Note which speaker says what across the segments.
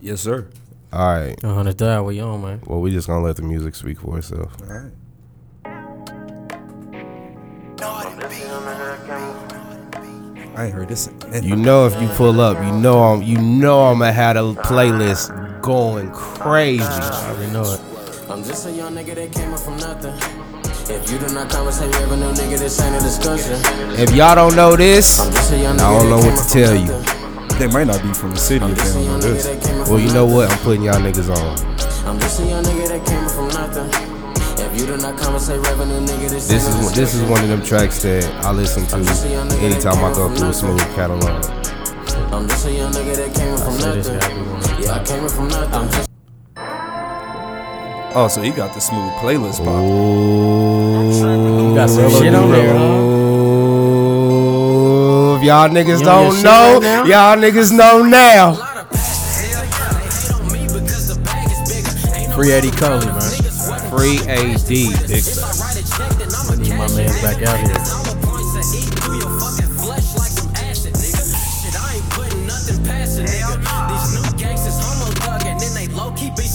Speaker 1: Yes, sir.
Speaker 2: All right.
Speaker 3: A hundred thousand. What you on, man?
Speaker 2: Well, we just gonna let the music speak for itself.
Speaker 1: All right. I ain't heard this. in-
Speaker 2: You know, if you pull up, you know I'm, you know I'm gonna have a playlist going crazy.
Speaker 3: I already know it.
Speaker 4: I'm just a young nigga that came up from nothing. If you do not conversate with a new nigga, this ain't a discussion.
Speaker 2: If y'all don't know this,
Speaker 4: I'm just a young nigga
Speaker 2: I don't know
Speaker 4: that
Speaker 2: what to
Speaker 4: came up
Speaker 2: tell
Speaker 4: from
Speaker 2: you.
Speaker 4: nothing.
Speaker 1: They might not be from the city
Speaker 4: I'm
Speaker 1: if
Speaker 4: just
Speaker 1: they
Speaker 4: a
Speaker 1: don't
Speaker 4: young
Speaker 1: know
Speaker 4: nigga that
Speaker 1: this.
Speaker 4: came up
Speaker 2: well,
Speaker 4: from
Speaker 2: you know
Speaker 4: nothing.
Speaker 2: what? I'm putting y'all niggas on.
Speaker 4: I'm just a young nigga that came up from nothing. If you do not conversate with a new nigga, this,
Speaker 2: This
Speaker 4: ain't a
Speaker 2: is this is
Speaker 4: discussion.
Speaker 2: one of them tracks that I listen to anytime I go through a smooth catalog.
Speaker 4: I'm just a young nigga that came up from
Speaker 3: Said this
Speaker 4: nothing.
Speaker 3: gotta be one of the
Speaker 4: Yeah, I came up from nothing. I'm just
Speaker 1: Oh, so he got the smooth playlist pop.
Speaker 2: Ooh,
Speaker 3: got some shit on there, huh?
Speaker 2: Ooh, if y'all niggas
Speaker 3: You on
Speaker 2: don't
Speaker 3: your shit
Speaker 2: know,
Speaker 3: right now?
Speaker 2: y'all niggas know now.
Speaker 3: Free Eddie Coley, man.
Speaker 2: Free AD, nigga.
Speaker 3: I need my man back out here.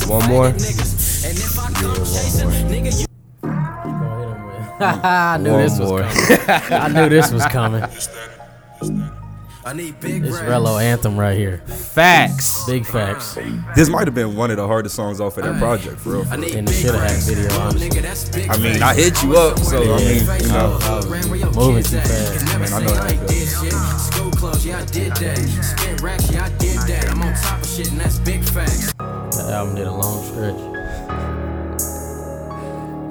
Speaker 2: One more.
Speaker 3: I knew
Speaker 2: One
Speaker 3: this was
Speaker 2: more.
Speaker 3: coming. I knew this was coming.
Speaker 4: I need big
Speaker 3: This Rello anthem right here.
Speaker 2: Facts.
Speaker 3: Big facts.
Speaker 1: This might have been one of the hardest songs off of that project, bro.
Speaker 4: I need
Speaker 3: And it should have had video, honestly.
Speaker 4: Nigga, that's big
Speaker 1: I mean, I hit you up, so I mean, you know,
Speaker 3: Moving too fast.
Speaker 1: man, I know that.
Speaker 4: did shit. School clothes, yeah, I did that. Spit racks, yeah, I did that. I'm on top of shit, and that's big facts.
Speaker 3: That album did a long stretch.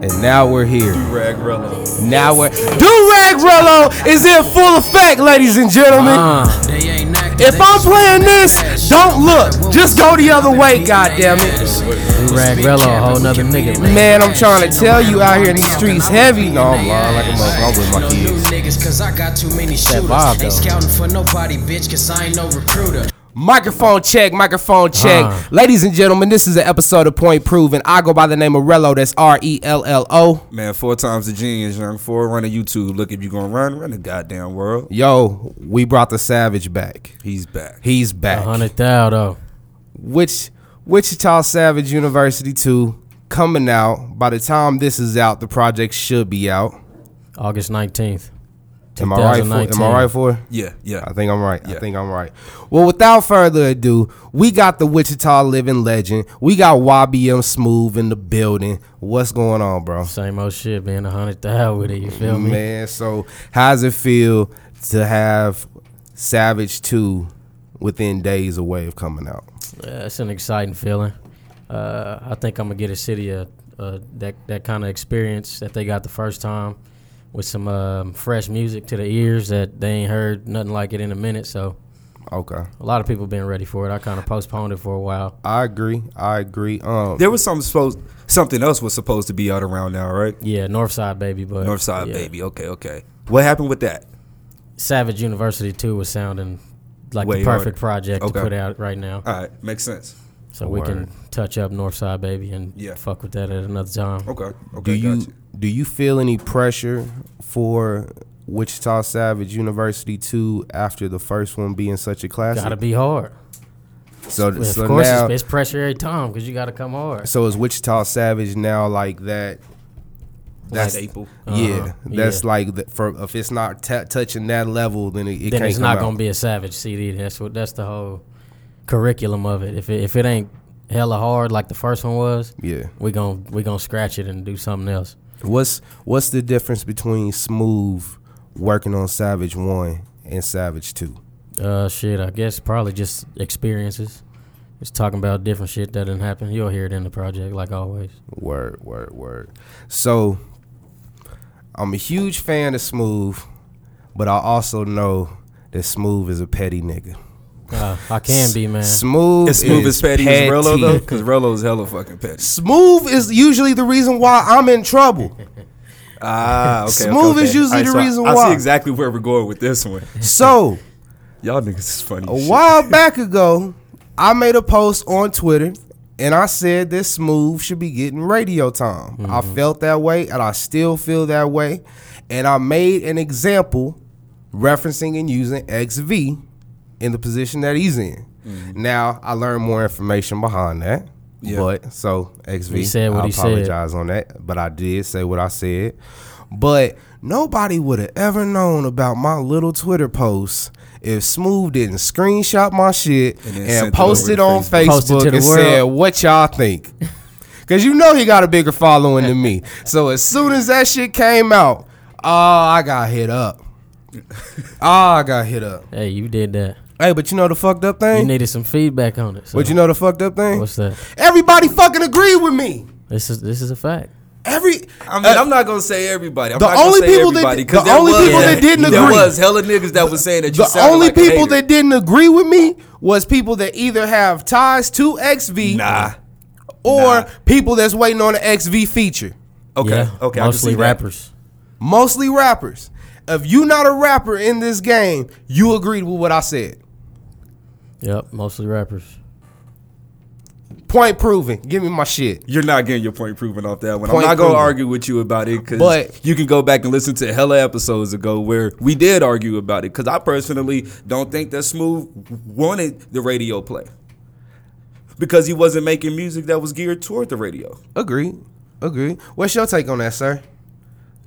Speaker 2: And now we're here.
Speaker 1: Rag Rello.
Speaker 2: Now we're. Do Rag Rollo is in full effect, ladies and gentlemen.
Speaker 3: Uh,
Speaker 4: They ain't acting.
Speaker 2: If I'm playing this, don't look. Just go the other way, goddammit.
Speaker 3: Rag Rello, a whole nother nigga, man.
Speaker 2: Man, I'm trying to tell you out here in these streets heavy. No, I'm lying like a motherfucker. I'm with my
Speaker 4: No new
Speaker 2: kids.
Speaker 4: niggas, cause I got too many shooters.
Speaker 3: vibe, though.
Speaker 4: ain't scouting for nobody, bitch, cause I ain't no recruiter.
Speaker 2: Microphone check, microphone check.
Speaker 3: Uh.
Speaker 2: Ladies and gentlemen, this is an episode of Point Proven. I go by the name of Rello. That's R E L L O.
Speaker 1: Man, four times the genius, young four run a YouTube. Look, if you gonna run, run the goddamn world.
Speaker 2: Yo, we brought the Savage back.
Speaker 1: He's back.
Speaker 2: He's
Speaker 3: A
Speaker 2: back.
Speaker 3: hundred thou though.
Speaker 2: Which Wichita Savage University 2 coming out. By the time this is out, the project should be out.
Speaker 3: August nineteenth.
Speaker 2: Am I right for? Am
Speaker 3: 2019.
Speaker 2: I right for? it?
Speaker 1: Yeah, yeah.
Speaker 2: I think I'm right. I
Speaker 1: Yeah.
Speaker 2: think I'm right. Well, without further ado, we got the Wichita living legend. We got YBM Smooth in the building. What's going on, bro?
Speaker 3: Same old shit, man. A hundred thou with it. You feel me?
Speaker 2: Man, so how's it feel to have Savage 2 within days away of coming out?
Speaker 3: Yeah, Uh, it's an exciting feeling. Uh, I think I'm gonna get a city a, a, that that kind of experience that they got the first time, with some um, fresh music to the ears that they ain't heard nothing like it in a minute. So
Speaker 2: Okay.
Speaker 3: a lot of people been ready for it. I kind of postponed it for a while.
Speaker 2: I agree. I agree. Um
Speaker 1: There was something supposed, something else was supposed to be out around now, right?
Speaker 3: Yeah, Northside baby, but
Speaker 1: Northside
Speaker 3: yeah.
Speaker 1: baby. Okay, okay. What happened with that?
Speaker 3: Savage University too was sounding like
Speaker 1: Way
Speaker 3: the perfect
Speaker 1: harder.
Speaker 3: project
Speaker 1: Okay. Uh,
Speaker 3: to put out right now.
Speaker 1: All right, makes sense.
Speaker 3: so we
Speaker 2: Word.
Speaker 3: can touch up Northside baby and
Speaker 1: Yeah.
Speaker 3: fuck with that at another time.
Speaker 1: Okay, okay.
Speaker 2: do you
Speaker 1: gotcha.
Speaker 2: do you feel any pressure for Wichita Savage University 2 after the first one being such a classic?
Speaker 3: Gotta be hard.
Speaker 2: so
Speaker 3: Of
Speaker 2: so
Speaker 3: course,
Speaker 2: now
Speaker 3: it's, it's pressure every time because you gotta come hard.
Speaker 2: So is Wichita Savage now like that? That's
Speaker 1: staple.
Speaker 2: yeah. That's
Speaker 3: Uh-huh. yeah.
Speaker 2: like the, for if it's not t- touching that level, then it, it
Speaker 3: then
Speaker 2: can't
Speaker 3: it's
Speaker 2: come
Speaker 3: not
Speaker 2: out.
Speaker 3: gonna be a savage CD. That's what that's the whole curriculum of it. If it, if it ain't hella hard like the first one was,
Speaker 2: Yeah.
Speaker 3: we gon' we gonna scratch it and do something else.
Speaker 2: What's what's the difference between Smooth working on Savage One and Savage Two?
Speaker 3: Uh, shit, I guess probably just experiences. Just talking about different shit that didn't happen. You'll hear it in the project like always.
Speaker 2: Word, word, word. So I'm a huge fan of Smooth, but I also know that Smooth is a petty nigga.
Speaker 3: Uh, I can be man.
Speaker 2: Smooth,
Speaker 1: It's smooth
Speaker 2: is
Speaker 1: as petty,
Speaker 2: petty.
Speaker 1: as Rello though, because Rello's hella fucking petty.
Speaker 2: Smooth is usually the reason why I'm in trouble.
Speaker 1: Ah, okay.
Speaker 2: Smooth is usually
Speaker 1: Alright,
Speaker 2: the
Speaker 1: so I-
Speaker 2: reason
Speaker 1: I,
Speaker 2: why.
Speaker 1: see exactly where we're going with this one.
Speaker 2: So
Speaker 1: Y'all niggas is funny.
Speaker 2: a
Speaker 1: as shit.
Speaker 2: while back ago, I made a post on Twitter and I said that Smooth should be getting radio time. I felt that way and I still feel that way. And I made an example referencing and using XV in the position that he's in. Now I learned more information behind that.
Speaker 1: Yeah.
Speaker 2: But so XV,
Speaker 3: He said what
Speaker 2: I
Speaker 3: he said.
Speaker 2: apologize on that, but I did say what I said. But nobody would have ever known about my little Twitter post if Smooth didn't screenshot my shit
Speaker 1: And then
Speaker 2: and,
Speaker 1: sent it
Speaker 2: post
Speaker 1: over
Speaker 2: it
Speaker 1: to
Speaker 2: on
Speaker 1: Facebook.
Speaker 2: Facebook,
Speaker 3: Posted to the
Speaker 2: and
Speaker 3: world.
Speaker 2: said, "What y'all think?" Cause you know he got a bigger following than me. So as soon as that shit came out, oh, I got hit up. Oh, I got hit up.
Speaker 3: Hey, you did that.
Speaker 2: Hey, but you know the fucked up
Speaker 3: You
Speaker 2: thing?
Speaker 3: needed some feedback on it. So.
Speaker 2: But you know the fucked up thing?
Speaker 3: What's that?
Speaker 2: Everybody fucking agree with me.
Speaker 3: This is this is a fact.
Speaker 2: Every
Speaker 1: I mean,
Speaker 2: uh,
Speaker 1: I'm not gonna say everybody. I'm
Speaker 2: the
Speaker 1: not gonna
Speaker 2: only
Speaker 1: say
Speaker 2: people that-
Speaker 1: everybody, 'cause
Speaker 2: the
Speaker 1: there
Speaker 2: only
Speaker 1: was-
Speaker 2: people that didn't
Speaker 1: There
Speaker 2: agree.
Speaker 1: was hella niggas that was saying that you
Speaker 2: the
Speaker 1: sounded
Speaker 2: only
Speaker 1: like a
Speaker 2: people
Speaker 1: hater.
Speaker 2: that didn't agree with me was people that either have ties to XV
Speaker 1: Nah.
Speaker 2: or
Speaker 1: nah.
Speaker 2: people that's waiting on an XV feature.
Speaker 1: Okay.
Speaker 3: Yeah,
Speaker 1: okay. I can
Speaker 3: Mostly
Speaker 1: see that.
Speaker 3: rappers.
Speaker 2: Mostly rappers. If you not a rapper in this game, you agreed with what I said.
Speaker 3: Yep. Mostly rappers.
Speaker 2: Point proven. Give me my shit.
Speaker 1: You're not getting your point proven off that one.
Speaker 2: Point
Speaker 1: I'm not going to
Speaker 2: proven.
Speaker 1: argue with you about it because
Speaker 2: But-
Speaker 1: you can go back and listen to hella episodes ago where we did argue about it because I personally don't think that Smooth wanted the radio play because he wasn't making music that was geared toward the radio.
Speaker 2: Agreed. Agreed. What's your take on that, sir?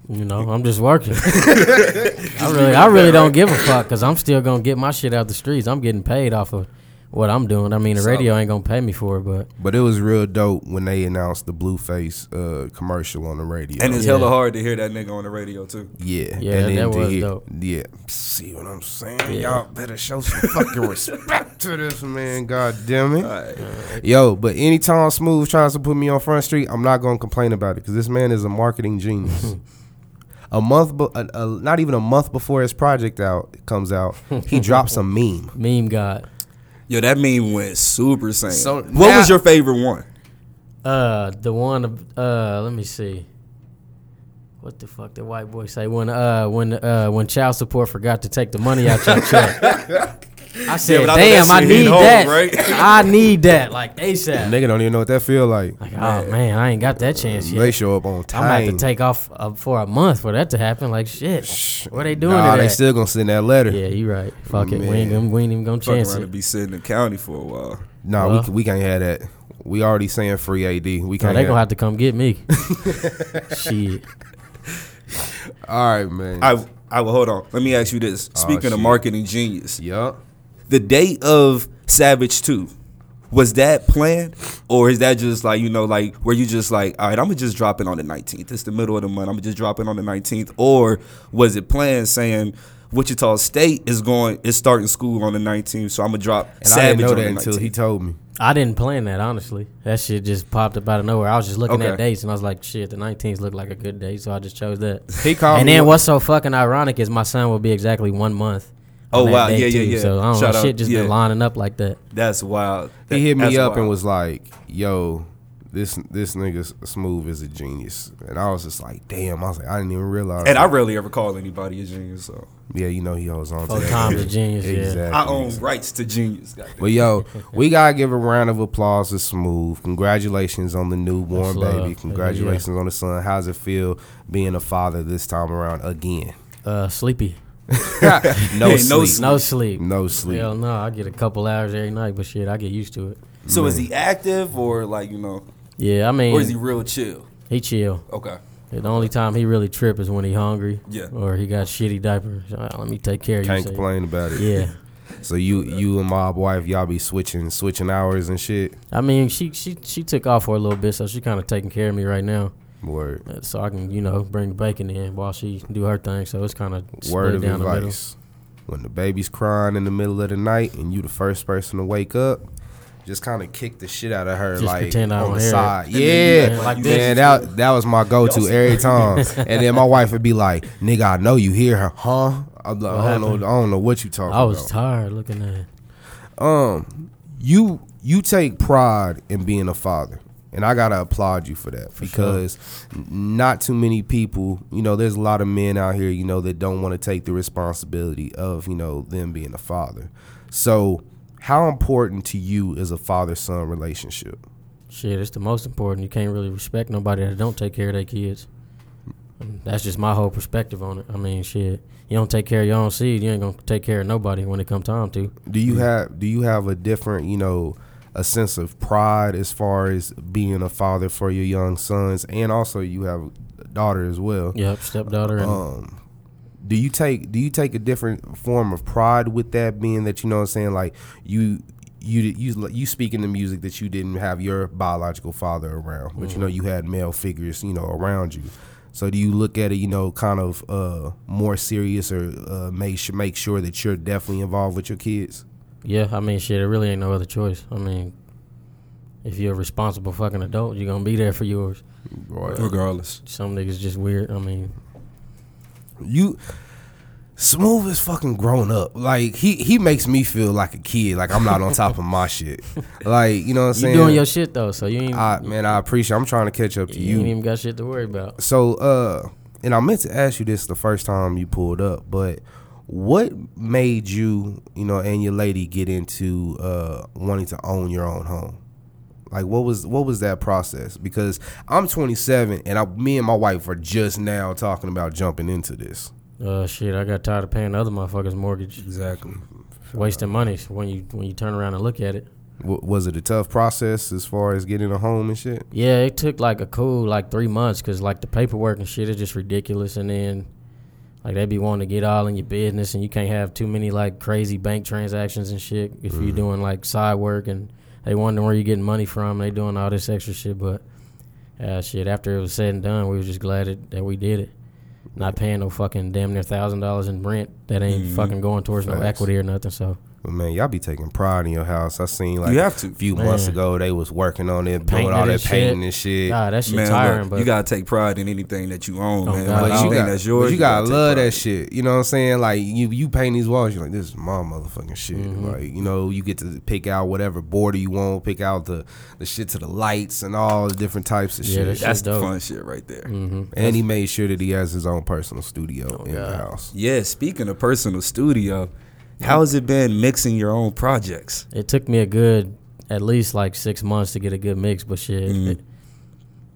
Speaker 3: You know, I'm just working. I really, I really don't give a fuck because I'm still gonna get my shit out the streets. I'm getting paid off of what I'm doing. I mean, the radio ain't gonna pay me for it, but
Speaker 2: But it was real dope when they announced the Blueface uh, commercial on the radio.
Speaker 1: And it's
Speaker 3: Yeah.
Speaker 1: hella hard to hear that nigga on the radio too.
Speaker 2: yeah,
Speaker 3: Yeah,
Speaker 2: and
Speaker 3: that-
Speaker 2: then
Speaker 3: that
Speaker 2: to
Speaker 3: was
Speaker 2: hear-
Speaker 3: dope.
Speaker 2: Yeah, see what I'm saying? Y'all better show some fucking respect to this man. God damn it, yo! But anytime Smooth tries to put me on Front Street, I'm not gonna complain about it because this man is a marketing genius. a month, be- a, a, not even a month before his project out comes out, he drops a meme.
Speaker 3: meme god.
Speaker 1: Yo, that meme went super sane.
Speaker 2: So
Speaker 1: what
Speaker 2: now-
Speaker 1: was your favorite one?
Speaker 3: Uh, the one. of- Uh, let me see. What the fuck did white boy say when uh when uh when child support forgot to take the money out your check? I said,
Speaker 1: but I know that
Speaker 3: damn, I
Speaker 1: shit hit
Speaker 3: need
Speaker 1: home,
Speaker 3: that.
Speaker 1: right?
Speaker 3: I need that like ASAP.
Speaker 2: Nigga don't even know what that feel like.
Speaker 3: Like, oh man, I ain't got that chance
Speaker 2: They
Speaker 3: yet.
Speaker 2: show up on time.
Speaker 3: I'm gonna have to take off uh, for a month for that to happen. Like shit, what they doing?
Speaker 2: Nah,
Speaker 3: to
Speaker 2: they
Speaker 3: that?
Speaker 2: still gonna send that letter.
Speaker 3: Yeah, you right. Fuck it. We ain't,
Speaker 2: Man.
Speaker 3: gonna, we ain't even gonna
Speaker 1: Fuck
Speaker 3: chance
Speaker 1: around to
Speaker 3: it.
Speaker 1: be sitting in county for a while.
Speaker 2: Nah,
Speaker 3: Well.
Speaker 2: we, we can't have that. We already saying free AD. We
Speaker 3: No,
Speaker 2: can't.
Speaker 3: they
Speaker 2: have
Speaker 3: gonna have to come get me. Shit.
Speaker 2: All right, man.
Speaker 1: I I will hold on. Let me ask you this. Speaking
Speaker 2: Oh, shit.
Speaker 1: of marketing genius,
Speaker 2: Yup.
Speaker 1: the day of Savage 2, was that planned? Or is that just like, you know, like where you just like, all right, I'm gonna just drop it on the 19th. It's the middle of the month. I'm gonna just drop it on the 19th. Or was it planned saying Wichita State is going is starting school on the 19th, so I'm gonna drop
Speaker 2: And I
Speaker 1: Savage
Speaker 2: didn't know
Speaker 1: on
Speaker 2: that
Speaker 1: the
Speaker 2: until
Speaker 1: 19th.
Speaker 2: he told me.
Speaker 3: I didn't plan that honestly. That shit just popped up out of nowhere. I was just looking at
Speaker 1: Okay.
Speaker 3: dates and I was like, shit, the 19th looked like a good day, so I just chose that.
Speaker 2: He called
Speaker 3: and
Speaker 2: me.
Speaker 3: then
Speaker 2: one-
Speaker 3: what's so fucking ironic is my son will be exactly one month.
Speaker 1: Oh,
Speaker 3: on that
Speaker 1: wow.
Speaker 3: day,
Speaker 1: Yeah, yeah,
Speaker 3: too.
Speaker 1: yeah.
Speaker 3: So I don't
Speaker 1: Shout
Speaker 3: know.
Speaker 1: out.
Speaker 3: Shit just
Speaker 1: Yeah.
Speaker 3: been lining up like that.
Speaker 1: That's wild. That-
Speaker 2: He hit me
Speaker 1: that's
Speaker 2: up and
Speaker 1: wild.
Speaker 2: was like, "Yo, this this nigga Smooth is a genius." And I was just like, "Damn!" I was like, "I didn't even realize."
Speaker 1: And I
Speaker 2: that.
Speaker 1: rarely ever call anybody a genius, so
Speaker 2: yeah, you know he holds on
Speaker 3: Oh,
Speaker 2: to that.
Speaker 3: Tom's a genius, yeah.
Speaker 1: I own rights to genius. goddamn.
Speaker 2: But yo, we gotta give a round of applause to Smooth. Congratulations on the
Speaker 3: Much
Speaker 2: newborn
Speaker 3: love.
Speaker 2: baby. Congratulations on the son. How's it feel being a father this time around again?
Speaker 3: Uh, sleepy.
Speaker 2: No
Speaker 1: Hey, no
Speaker 2: sleep.
Speaker 3: No sleep.
Speaker 2: No sleep.
Speaker 3: Hell no, I get a couple hours every night, but shit, I get used to it.
Speaker 1: So is he active or like, you know,
Speaker 3: Yeah, I mean,
Speaker 1: or is he real chill?
Speaker 3: he chill.
Speaker 1: Okay.
Speaker 3: Yeah, The only time he really trip is when he hungry.
Speaker 1: Yeah.
Speaker 3: Or he got shitty diapers. All right, let me take care of you.
Speaker 2: Can't
Speaker 3: so-
Speaker 2: complain about it.
Speaker 3: Yeah.
Speaker 2: So you you and my wife, y'all be switching switching hours and shit.
Speaker 3: I mean, she she she took off for a little bit, so she kind of taking care of me right now.
Speaker 2: Word.
Speaker 3: Uh, So I can you know bring the bacon in while she do her thing. So it's kind of
Speaker 2: Word
Speaker 3: split
Speaker 2: of
Speaker 3: down
Speaker 2: advice. When the baby's crying in the middle of the night and you the first person to wake up, just kind of kick the shit out of her
Speaker 3: Just
Speaker 2: like
Speaker 3: pretend I
Speaker 2: on
Speaker 3: don't
Speaker 2: the
Speaker 3: hear it.
Speaker 2: side.
Speaker 3: And
Speaker 2: Yeah.
Speaker 3: you like, like
Speaker 2: man,
Speaker 3: this.
Speaker 2: that that was my go to every time. and then my wife would be like, "Nigga, I know you hear her, huh?" I'm like, I don't know, I
Speaker 3: happened?
Speaker 2: don't know what you
Speaker 3: the
Speaker 2: talking
Speaker 3: middle. I was
Speaker 2: about.
Speaker 3: tired looking at. it.
Speaker 2: um, you you take pride in being a father, and I gotta applaud you for that because n not too many people, you know, there's a lot of men out here, you know, that don't want to take the responsibility of you know them being a father. So, how important to you is a father son relationship?
Speaker 3: Shit, it's the most important. You can't really respect nobody that don't take care of their kids. And that's just my whole perspective on it. I mean, shit, you don't take care of your own seed, you ain't gonna take care of nobody when it come time to.
Speaker 2: Do you have do you have a different, you know, a sense of pride as far as being a father for your young sons and also you have a daughter as well.
Speaker 3: Yep, stepdaughter and
Speaker 2: Um do you take do you take a different form of pride with that being that you know what I'm saying like you you you you speaking the music that you didn't have your biological father around, but you know you had male figures you know around you. So do you look at it you know kind of uh more serious or uh, make sure make sure that you're definitely involved with your kids?
Speaker 3: yeah, I mean, shit, it really ain't no other choice. I mean, if you're a responsible fucking adult, you're gonna be there for yours.
Speaker 2: Right.
Speaker 1: Regardless.
Speaker 3: Some niggas just weird. I mean,
Speaker 2: you smooth is fucking grown up like he he makes me feel like a kid like i'm not on top of my shit like you know what i'm
Speaker 3: you
Speaker 2: saying
Speaker 3: doing your shit though, so you ain't
Speaker 2: I, man i appreciate i'm trying to catch up to
Speaker 3: you, ain't
Speaker 2: you
Speaker 3: even got shit to worry about.
Speaker 2: so uh and i meant to ask you this the first time you pulled up but what made you you know and your lady get into uh wanting to own your own home like what was what was that process because i'm 27 and i me and my wife are just now talking about jumping into this
Speaker 3: Uh, shit, I got tired of paying other motherfuckers' mortgage,
Speaker 1: Exactly.
Speaker 3: wasting money when you when you turn around and look at it.
Speaker 2: W- was it a tough process as far as getting a home and shit?
Speaker 3: Yeah, it took like a cool like three months because like the paperwork and shit is just ridiculous, and then like they be wanting to get all in your business, and you can't have too many like crazy bank transactions and shit if
Speaker 1: Mm-hmm.
Speaker 3: you're doing like side work, and they wondering where you're getting money from. They doing all this extra shit, but uh, shit, after it was said and done, we was just glad it, that we did it. Not paying no fucking damn near thousand dollars in rent that ain't
Speaker 1: Mm-hmm.
Speaker 3: fucking going towards no
Speaker 2: Facts.
Speaker 3: equity or nothing. So
Speaker 2: But man, y'all be taking pride in your house. I seen like
Speaker 1: You have to.
Speaker 2: a few months
Speaker 3: Man.
Speaker 2: ago they was working on it, doing
Speaker 3: Painting
Speaker 2: all
Speaker 3: and
Speaker 2: that
Speaker 3: shit.
Speaker 2: painting and shit.
Speaker 3: God, that shit
Speaker 1: Man,
Speaker 3: tiring,
Speaker 1: look,
Speaker 3: but
Speaker 1: you gotta take pride in anything that you own,
Speaker 3: Oh,
Speaker 1: man. Like,
Speaker 3: God.
Speaker 2: But you,
Speaker 1: anything
Speaker 2: got,
Speaker 1: that's yours.
Speaker 2: but you gotta,
Speaker 1: take
Speaker 2: love
Speaker 1: pride in.
Speaker 2: that shit. You know what I'm saying? Like you, you paint these walls. You're like, this is my motherfucking shit.
Speaker 3: Mm-hmm.
Speaker 2: Like you know, you get to pick out whatever border you want, pick out the the shit to the lights and all the different types of
Speaker 3: Yeah,
Speaker 2: shit.
Speaker 3: that shit-
Speaker 1: That's the
Speaker 3: dope.
Speaker 1: fun shit right there.
Speaker 2: and he made sure that he has his own personal studio in the
Speaker 3: Oh, God.
Speaker 2: house.
Speaker 1: Yeah, speaking of personal studio, how has it been mixing your own projects?
Speaker 3: It took me a good, at least like six months to get a good mix, but shit, it,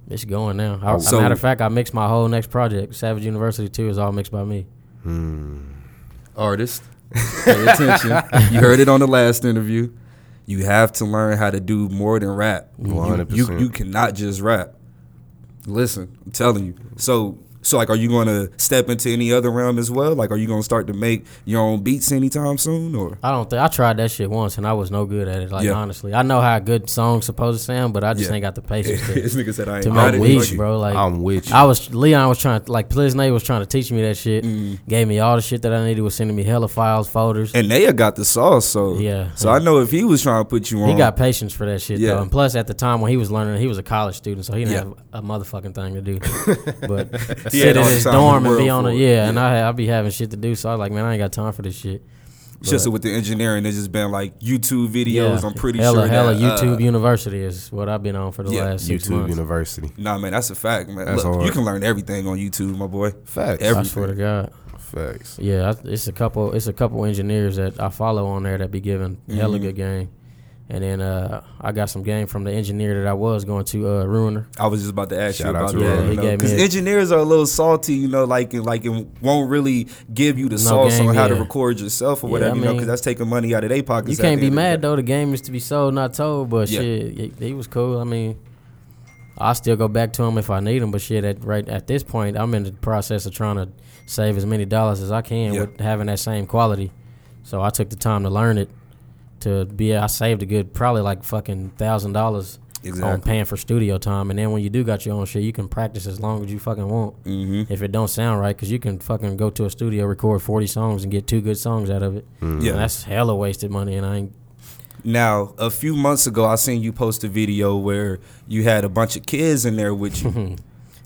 Speaker 3: it's going now. I,
Speaker 1: Mm-hmm. So-
Speaker 3: matter of fact, I mixed my whole next project. Savage University Two is all mixed by me.
Speaker 1: Artist, pay attention. you heard it on the last interview. You have to learn how to do more than rap. You-
Speaker 2: 100%.
Speaker 1: You, you cannot just rap. Listen, I'm telling you. So so like are you gonna step into any other realm as well? Like are you gonna start to make your own beats anytime soon or
Speaker 3: I don't think I tried that shit once and I was no good at it. Like
Speaker 1: Yeah.
Speaker 3: honestly, I know how a good song's supposed to sound, but I just
Speaker 1: Yeah.
Speaker 3: ain't got the patience
Speaker 1: this
Speaker 3: to,
Speaker 1: nigga said I ain't
Speaker 3: to
Speaker 1: got
Speaker 3: make
Speaker 1: it.
Speaker 3: beats,
Speaker 1: Like,
Speaker 3: bro. Like
Speaker 2: I'm with you.
Speaker 3: I was Leon was trying to like Plizne was trying to teach me that shit. Gave me all the shit that I needed. Was sending me hella files, folders.
Speaker 1: Mm-hmm. And Naya got the sauce, so
Speaker 3: Yeah.
Speaker 1: So I know if he was trying to put you on
Speaker 3: He got patience for that shit
Speaker 1: uh, Yeah.
Speaker 3: though, and plus at the time when he was learning, he was a college student, so he didn't
Speaker 1: Yeah.
Speaker 3: have a motherfucking thing to do. but
Speaker 1: He had
Speaker 3: sit in
Speaker 1: all the
Speaker 3: his
Speaker 1: time in the
Speaker 3: dorm and
Speaker 1: world
Speaker 3: be on
Speaker 1: for
Speaker 3: a
Speaker 1: it.
Speaker 3: yeah, and I had- I be having shit to do, so I was like, man, I ain't got time for this shit.
Speaker 1: just with the engineering, it's just been like YouTube videos. I'm pretty
Speaker 3: hella,
Speaker 1: sure
Speaker 3: hella
Speaker 1: that, uh,
Speaker 3: YouTube University is what I've been on for the
Speaker 1: yeah,
Speaker 3: last six
Speaker 2: YouTube
Speaker 3: months.
Speaker 2: University.
Speaker 1: Nah, man, that's a fact, man.
Speaker 2: That's
Speaker 1: Look,
Speaker 2: hard.
Speaker 1: you can learn everything on YouTube, my boy.
Speaker 2: Facts.
Speaker 1: Every-
Speaker 3: I swear to God,
Speaker 2: Facts.
Speaker 3: yeah, I, it's a couple, it's a couple engineers that I follow on there that be giving hella
Speaker 1: Mm-hmm.
Speaker 3: good game, and then uh, I got some game from the engineer that I was going to uh, Ruiner.
Speaker 1: I was just about to ask
Speaker 2: Shout
Speaker 1: you
Speaker 2: out
Speaker 1: about
Speaker 2: to
Speaker 1: that,
Speaker 2: Roy.
Speaker 1: you
Speaker 3: Yeah, he
Speaker 1: know,
Speaker 3: gave me
Speaker 1: because
Speaker 3: a-
Speaker 1: engineers are a little salty, you know, like and like and won't really give you the sauce
Speaker 3: game,
Speaker 1: on how to
Speaker 3: yeah.
Speaker 1: record yourself or
Speaker 3: Yeah,
Speaker 1: whatever,
Speaker 3: I
Speaker 1: you know,
Speaker 3: mean,
Speaker 1: because that's taking money out of their pockets.
Speaker 3: You
Speaker 1: at the
Speaker 3: can't be
Speaker 1: end of the
Speaker 3: mad
Speaker 1: day.
Speaker 3: though. The game is to be sold, not told. But
Speaker 1: Yeah.
Speaker 3: shit, he, he was cool. I mean, I still go back to him if I need him. But shit, at right at this point, I'm in the process of trying to save as many dollars as I can
Speaker 1: Yeah.
Speaker 3: with having that same quality. So I took the time to learn it. To be, I saved a good probably like fucking thousand dollars on
Speaker 1: Exactly.
Speaker 3: paying for studio time. And then when you do got your own shit, you can practice as long as you fucking want. Mm-hmm. If it don't sound right, because you can fucking go to a studio, record forty songs, and get two good songs out of it.
Speaker 1: Mm-hmm. Yeah.
Speaker 3: And that's hella wasted money, and I ain't
Speaker 1: Now, a few months ago, I seen you post a video where you had a bunch of kids in there with you.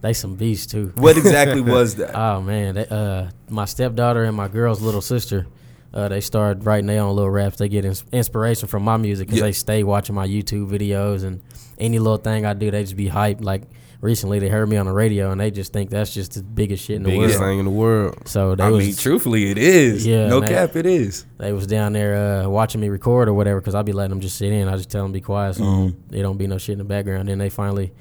Speaker 3: They some beasts too.
Speaker 1: what exactly was that?
Speaker 3: Oh man, they, uh, my stepdaughter and my girl's little sister, uh, they started writing their own little raps. They get ins- inspiration from my music because
Speaker 1: Yeah.
Speaker 3: they stay watching my YouTube videos and any little thing I do, they just be hyped. Like recently, they heard me on the radio and they just think that's just the biggest shit in the
Speaker 2: Biggest
Speaker 3: world.
Speaker 2: thing in the world.
Speaker 3: So they
Speaker 1: I
Speaker 3: was
Speaker 1: mean, truthfully, it is.
Speaker 3: Yeah,
Speaker 1: no
Speaker 3: man.
Speaker 1: cap, it is.
Speaker 3: they was down there uh, watching me record or whatever because I be letting them just sit in. I just tell them be quiet so
Speaker 2: Mm-hmm.
Speaker 3: they don't be no shit in the background. Then they finally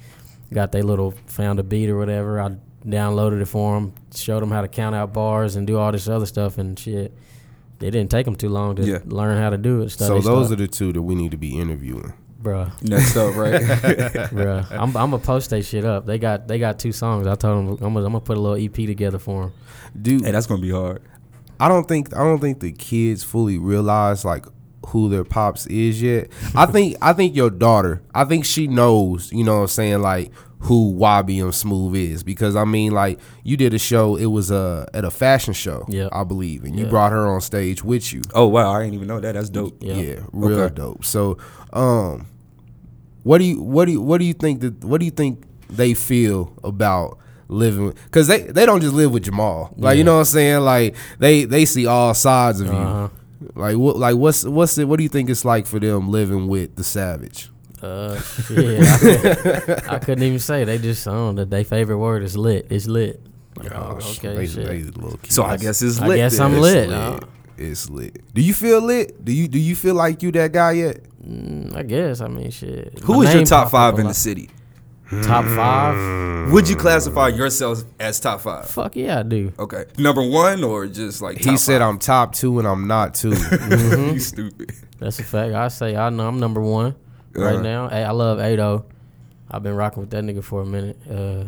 Speaker 3: got their little found a beat or whatever. I downloaded it for them, showed them how to count out bars and do all this other stuff and shit. It didn't take them too long to
Speaker 1: Yeah.
Speaker 3: learn how to do it.
Speaker 2: So those are the two that we need to be interviewing.
Speaker 3: bruh,
Speaker 1: Next up, right?
Speaker 3: bruh. I'm, I'm gonna post that shit up. They got they got two songs. I told them I'm gonna, I'm gonna put a little EP together for them.
Speaker 2: Dude,
Speaker 1: hey, that's gonna be hard.
Speaker 2: I don't think I don't think the kids fully realize like who their pops is yet. I think I think your daughter, I think she knows, you know what I'm saying, like who YBM Smooth is because I mean like you did a show, it was uh, at a fashion show,
Speaker 3: Yeah.
Speaker 2: I believe, and you
Speaker 3: Yeah.
Speaker 2: brought her on stage with you.
Speaker 1: Oh wow, I didn't even know that. That's dope.
Speaker 3: Yeah.
Speaker 2: Yeah, real
Speaker 1: Okay.
Speaker 2: dope. So, um, what do you what do you, what do you think that what do you think they feel about living? Because they they don't just live with Jamal. Like you know what I'm saying. Like they they see all sides of
Speaker 3: Uh-huh.
Speaker 2: you. Like what like what's what's it? What do you think it's like for them living with the savage?
Speaker 3: Uh, yeah, I, couldn't- I couldn't even say. They just on that. They favorite word is lit. It's lit. Like, oh,
Speaker 2: Gosh,
Speaker 3: okay,
Speaker 2: they-
Speaker 3: shit.
Speaker 2: they little kids.
Speaker 1: So I guess it's
Speaker 3: I
Speaker 1: lit.
Speaker 3: guess
Speaker 1: then.
Speaker 3: I'm
Speaker 2: It's
Speaker 3: lit. uh,
Speaker 2: It's lit. Do you feel lit? Do you do you feel like you that guy yet?
Speaker 3: I guess. I mean, shit.
Speaker 1: Who
Speaker 3: My
Speaker 1: is your
Speaker 3: name
Speaker 1: top
Speaker 3: popped up
Speaker 1: five
Speaker 3: a
Speaker 1: in
Speaker 3: lot.
Speaker 1: the city?
Speaker 3: Top five?
Speaker 1: Would you classify yourself as top five?
Speaker 3: Fuck yeah, I do.
Speaker 1: Okay, number one or just like
Speaker 2: He said i I'm top two and I'm not two.
Speaker 1: I'm
Speaker 3: mm-hmm.
Speaker 1: you stupid.
Speaker 3: That's a fact. I say I know I'm number one right
Speaker 1: Uh-huh.
Speaker 3: now. Hey, I love Ado. I've been rocking with that nigga for a minute. Uh,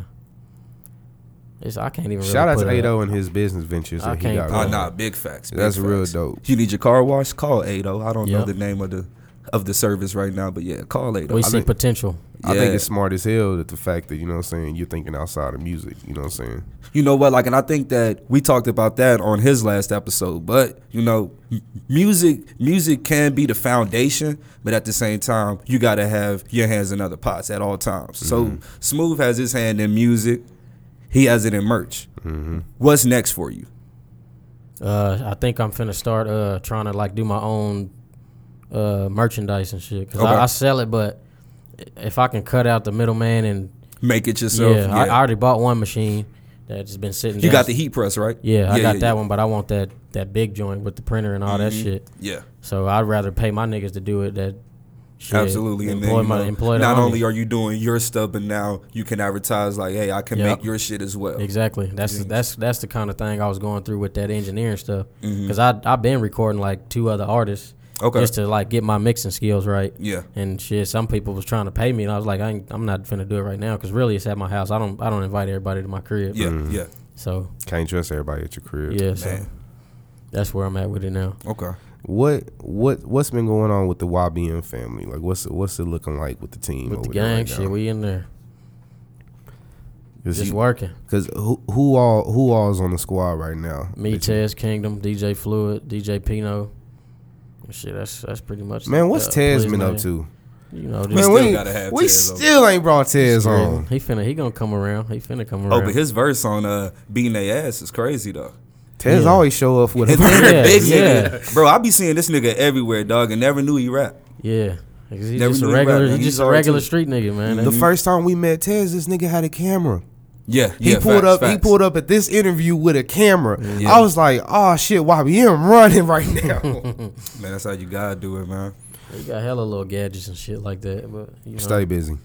Speaker 3: it's I can't even.
Speaker 2: Shout
Speaker 3: really
Speaker 2: out
Speaker 3: put
Speaker 2: to
Speaker 3: a-
Speaker 2: Ado and his business ventures
Speaker 3: I
Speaker 2: that he
Speaker 3: can't
Speaker 2: got.
Speaker 3: put-
Speaker 1: Oh,
Speaker 2: going.
Speaker 1: nah, big facts. big
Speaker 2: That's
Speaker 1: facts.
Speaker 2: real dope.
Speaker 1: You need your car wash? Call Ado. I don't know
Speaker 3: Yeah.
Speaker 1: the name of the of the service right now, but yeah, call Ado.
Speaker 3: We
Speaker 1: I
Speaker 3: see
Speaker 1: think-
Speaker 3: potential.
Speaker 2: I think
Speaker 1: Yeah.
Speaker 2: it's smart as hell that the fact that you know what I'm saying you're thinking outside of music. You know what I'm saying.
Speaker 1: you know what? Like, and I think that we talked about that on his last episode. But you know, m- music music can be the foundation, but at the same time, you got to have your hands in other pots at all times. So
Speaker 3: Mm-hmm.
Speaker 1: Smooth has his hand in music. He has it in merch.
Speaker 3: Mm-hmm.
Speaker 1: What's next for you?
Speaker 3: Uh, I think I'm finna start uh trying to like do my own uh merchandise and shit. Cause
Speaker 1: Okay.
Speaker 3: I, I sell it, but if I can cut out the middleman and
Speaker 1: Make it yourself.
Speaker 3: yeah, I, I already bought one machine that's been sitting.
Speaker 1: you
Speaker 3: down-
Speaker 1: got the heat press, right?
Speaker 3: Yeah,
Speaker 1: yeah,
Speaker 3: I got
Speaker 1: Mm-hmm.
Speaker 3: that
Speaker 1: yeah.
Speaker 3: one, but I want that that big joint with the printer and all that shit.
Speaker 1: Yeah.
Speaker 3: So I'd rather pay my niggas to do it. That shit,
Speaker 1: Absolutely, and
Speaker 3: employ
Speaker 1: then you
Speaker 3: my
Speaker 1: know,
Speaker 3: employ
Speaker 1: not
Speaker 3: the
Speaker 1: only
Speaker 3: homies.
Speaker 1: are you doing your stuff, but now you can advertise like, "Hey, I can
Speaker 3: Yeah.
Speaker 1: make your shit as well."
Speaker 3: exactly that's that's that's the kind of thing I was going through with that engineering stuff because I I've been recording like two other artists
Speaker 1: Mm-hmm. Okay.
Speaker 3: just to like get my mixing skills right.
Speaker 1: Yeah.
Speaker 3: and shit, some people was trying to pay me, and I was like, I ain't, I'm not finna do it right now because really it's at my house. I don't I don't invite everybody to my crib.
Speaker 1: Yeah,
Speaker 2: Mm.
Speaker 1: yeah.
Speaker 3: So
Speaker 2: Can't trust everybody at your crib.
Speaker 3: yeah, so
Speaker 1: Man.
Speaker 3: that's where I'm at with it now.
Speaker 1: Okay. Oh,
Speaker 2: What what what's been going on with the YBM family? Like what's what's it looking like with the team?
Speaker 3: With the
Speaker 2: over there
Speaker 3: gang
Speaker 2: right
Speaker 3: shit,
Speaker 2: now?
Speaker 3: we in there
Speaker 2: Cause,
Speaker 3: just
Speaker 2: you-
Speaker 3: working.
Speaker 2: 'cause who who all who all is on the squad right now?
Speaker 3: Me,
Speaker 2: That you-
Speaker 3: Tez Kingdom, DJ Fluid, DJ Pino. Shit, that's that's pretty much.
Speaker 2: Man, what's
Speaker 3: the-
Speaker 2: Tez
Speaker 3: please,
Speaker 2: been up
Speaker 3: man.
Speaker 2: to?
Speaker 3: You know,
Speaker 1: Man,
Speaker 3: just
Speaker 2: Man,
Speaker 1: still
Speaker 2: we
Speaker 1: gotta have
Speaker 2: we
Speaker 1: Tez on.
Speaker 2: still ain't brought Tez on.
Speaker 3: he finna he gonna come around. He finna come around.
Speaker 1: Oh, but his verse on uh, beating their ass is crazy though.
Speaker 2: Tez
Speaker 3: Yeah.
Speaker 2: always show up with
Speaker 1: And
Speaker 2: a
Speaker 1: then the
Speaker 3: Yeah,
Speaker 1: big
Speaker 3: yeah.
Speaker 1: nigga, bro. I be seeing this nigga everywhere, dog, and never knew he rap.
Speaker 3: yeah, 'Cause he's
Speaker 1: Never
Speaker 3: just a
Speaker 1: knew he
Speaker 3: regular.
Speaker 1: rapped, man.
Speaker 3: he's
Speaker 1: He's
Speaker 3: just a
Speaker 1: hard,
Speaker 3: regular
Speaker 1: too.
Speaker 3: street nigga, man.
Speaker 2: The first time we met Tez, this nigga had a camera.
Speaker 1: Yeah,
Speaker 2: He
Speaker 1: yeah,
Speaker 2: pulled
Speaker 1: facts,
Speaker 2: up. He
Speaker 1: facts.
Speaker 2: pulled up at this interview with a camera.
Speaker 1: Yeah.
Speaker 2: I was like, "Oh shit, YBM running right now."
Speaker 1: Man, that's how you gotta do it, man.
Speaker 3: he got hella little gadgets and shit like that. But you know,
Speaker 2: Stay busy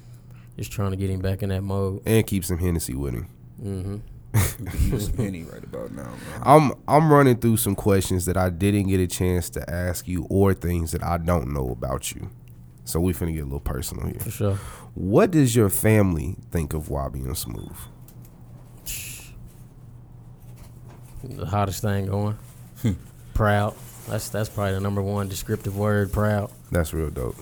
Speaker 3: just trying to get him back in that mode.
Speaker 2: and keep some Hennessy with him.
Speaker 3: Mm-hmm.
Speaker 1: Use Penny right about now, man.
Speaker 2: I'm I'm running through some questions that I didn't get a chance to ask you, or things that I don't know about you. So we finna get a little personal here.
Speaker 3: For sure.
Speaker 2: What does your family think of YBM Smooth?
Speaker 3: The hottest thing going.
Speaker 2: Hmm.
Speaker 3: proud. That's that's probably the number one descriptive word. Proud.
Speaker 2: That's real dope.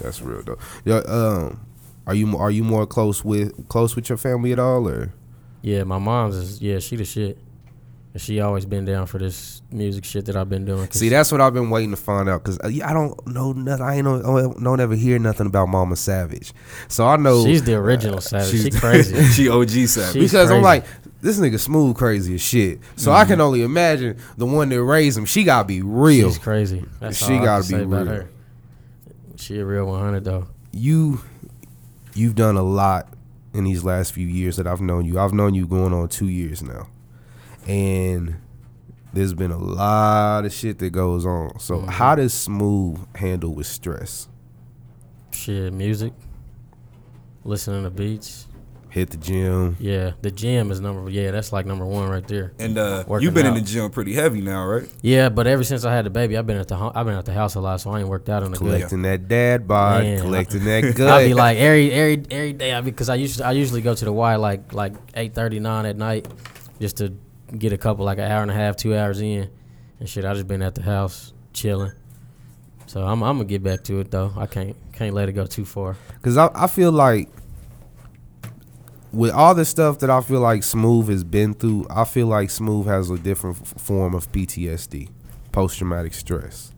Speaker 2: That's real dope. Yo, um, are you are you more close with close with your family at all, or
Speaker 3: Yeah, my mom's is yeah, she the shit. And she always been down for this music shit that I've been doing. 'cause
Speaker 2: See, that's what I've been waiting to find out because I don't know nothing. I ain't know, I don't- don't ever hear nothing about Mama Savage, so I know
Speaker 3: she's the original savage. She
Speaker 1: she's-
Speaker 3: crazy.
Speaker 1: she OG savage.
Speaker 3: She's
Speaker 2: because I'm
Speaker 3: crazy. Mm-hmm.
Speaker 2: like this nigga smooth crazy as shit. So I can only imagine the one that raised him. She gotta be real.
Speaker 3: She's crazy. That's
Speaker 2: She gotta
Speaker 3: all I can
Speaker 2: be
Speaker 3: say about
Speaker 2: real.
Speaker 3: her. She a real 100 though.
Speaker 2: You you've done a lot in these last few years that I've known you. I've known you going on two years now, and there's been a lot of shit that goes on. So
Speaker 3: Mm-hmm.
Speaker 2: how does smooth handle with stress?
Speaker 3: Shit, music, listening to beats,
Speaker 2: Hit the gym.
Speaker 3: Yeah, the gym is number. Yeah, that's like number one right there.
Speaker 1: And uh,
Speaker 3: Working
Speaker 1: you've been in
Speaker 3: out.
Speaker 1: the gym pretty heavy now, right?
Speaker 3: Yeah, but ever since I had the baby, I've been at the ho- I've been at the house a lot, so I ain't worked out in a good.
Speaker 2: Collecting that dad bod.
Speaker 3: Man.
Speaker 2: Collecting that good.
Speaker 3: I'll be like every every every day. I because I usually I usually go to the Y like like eight thirty nine at night, just to get a couple like an hour and a half, two hours in, and shit. I just been at the house chilling. So I'm I'm gonna get back to it though. I can't can't let it go too far.
Speaker 2: Because I, I feel like with all the stuff that I feel like Smooth has been through, I feel like Smooth has a different f- form of PTSD, post traumatic stress.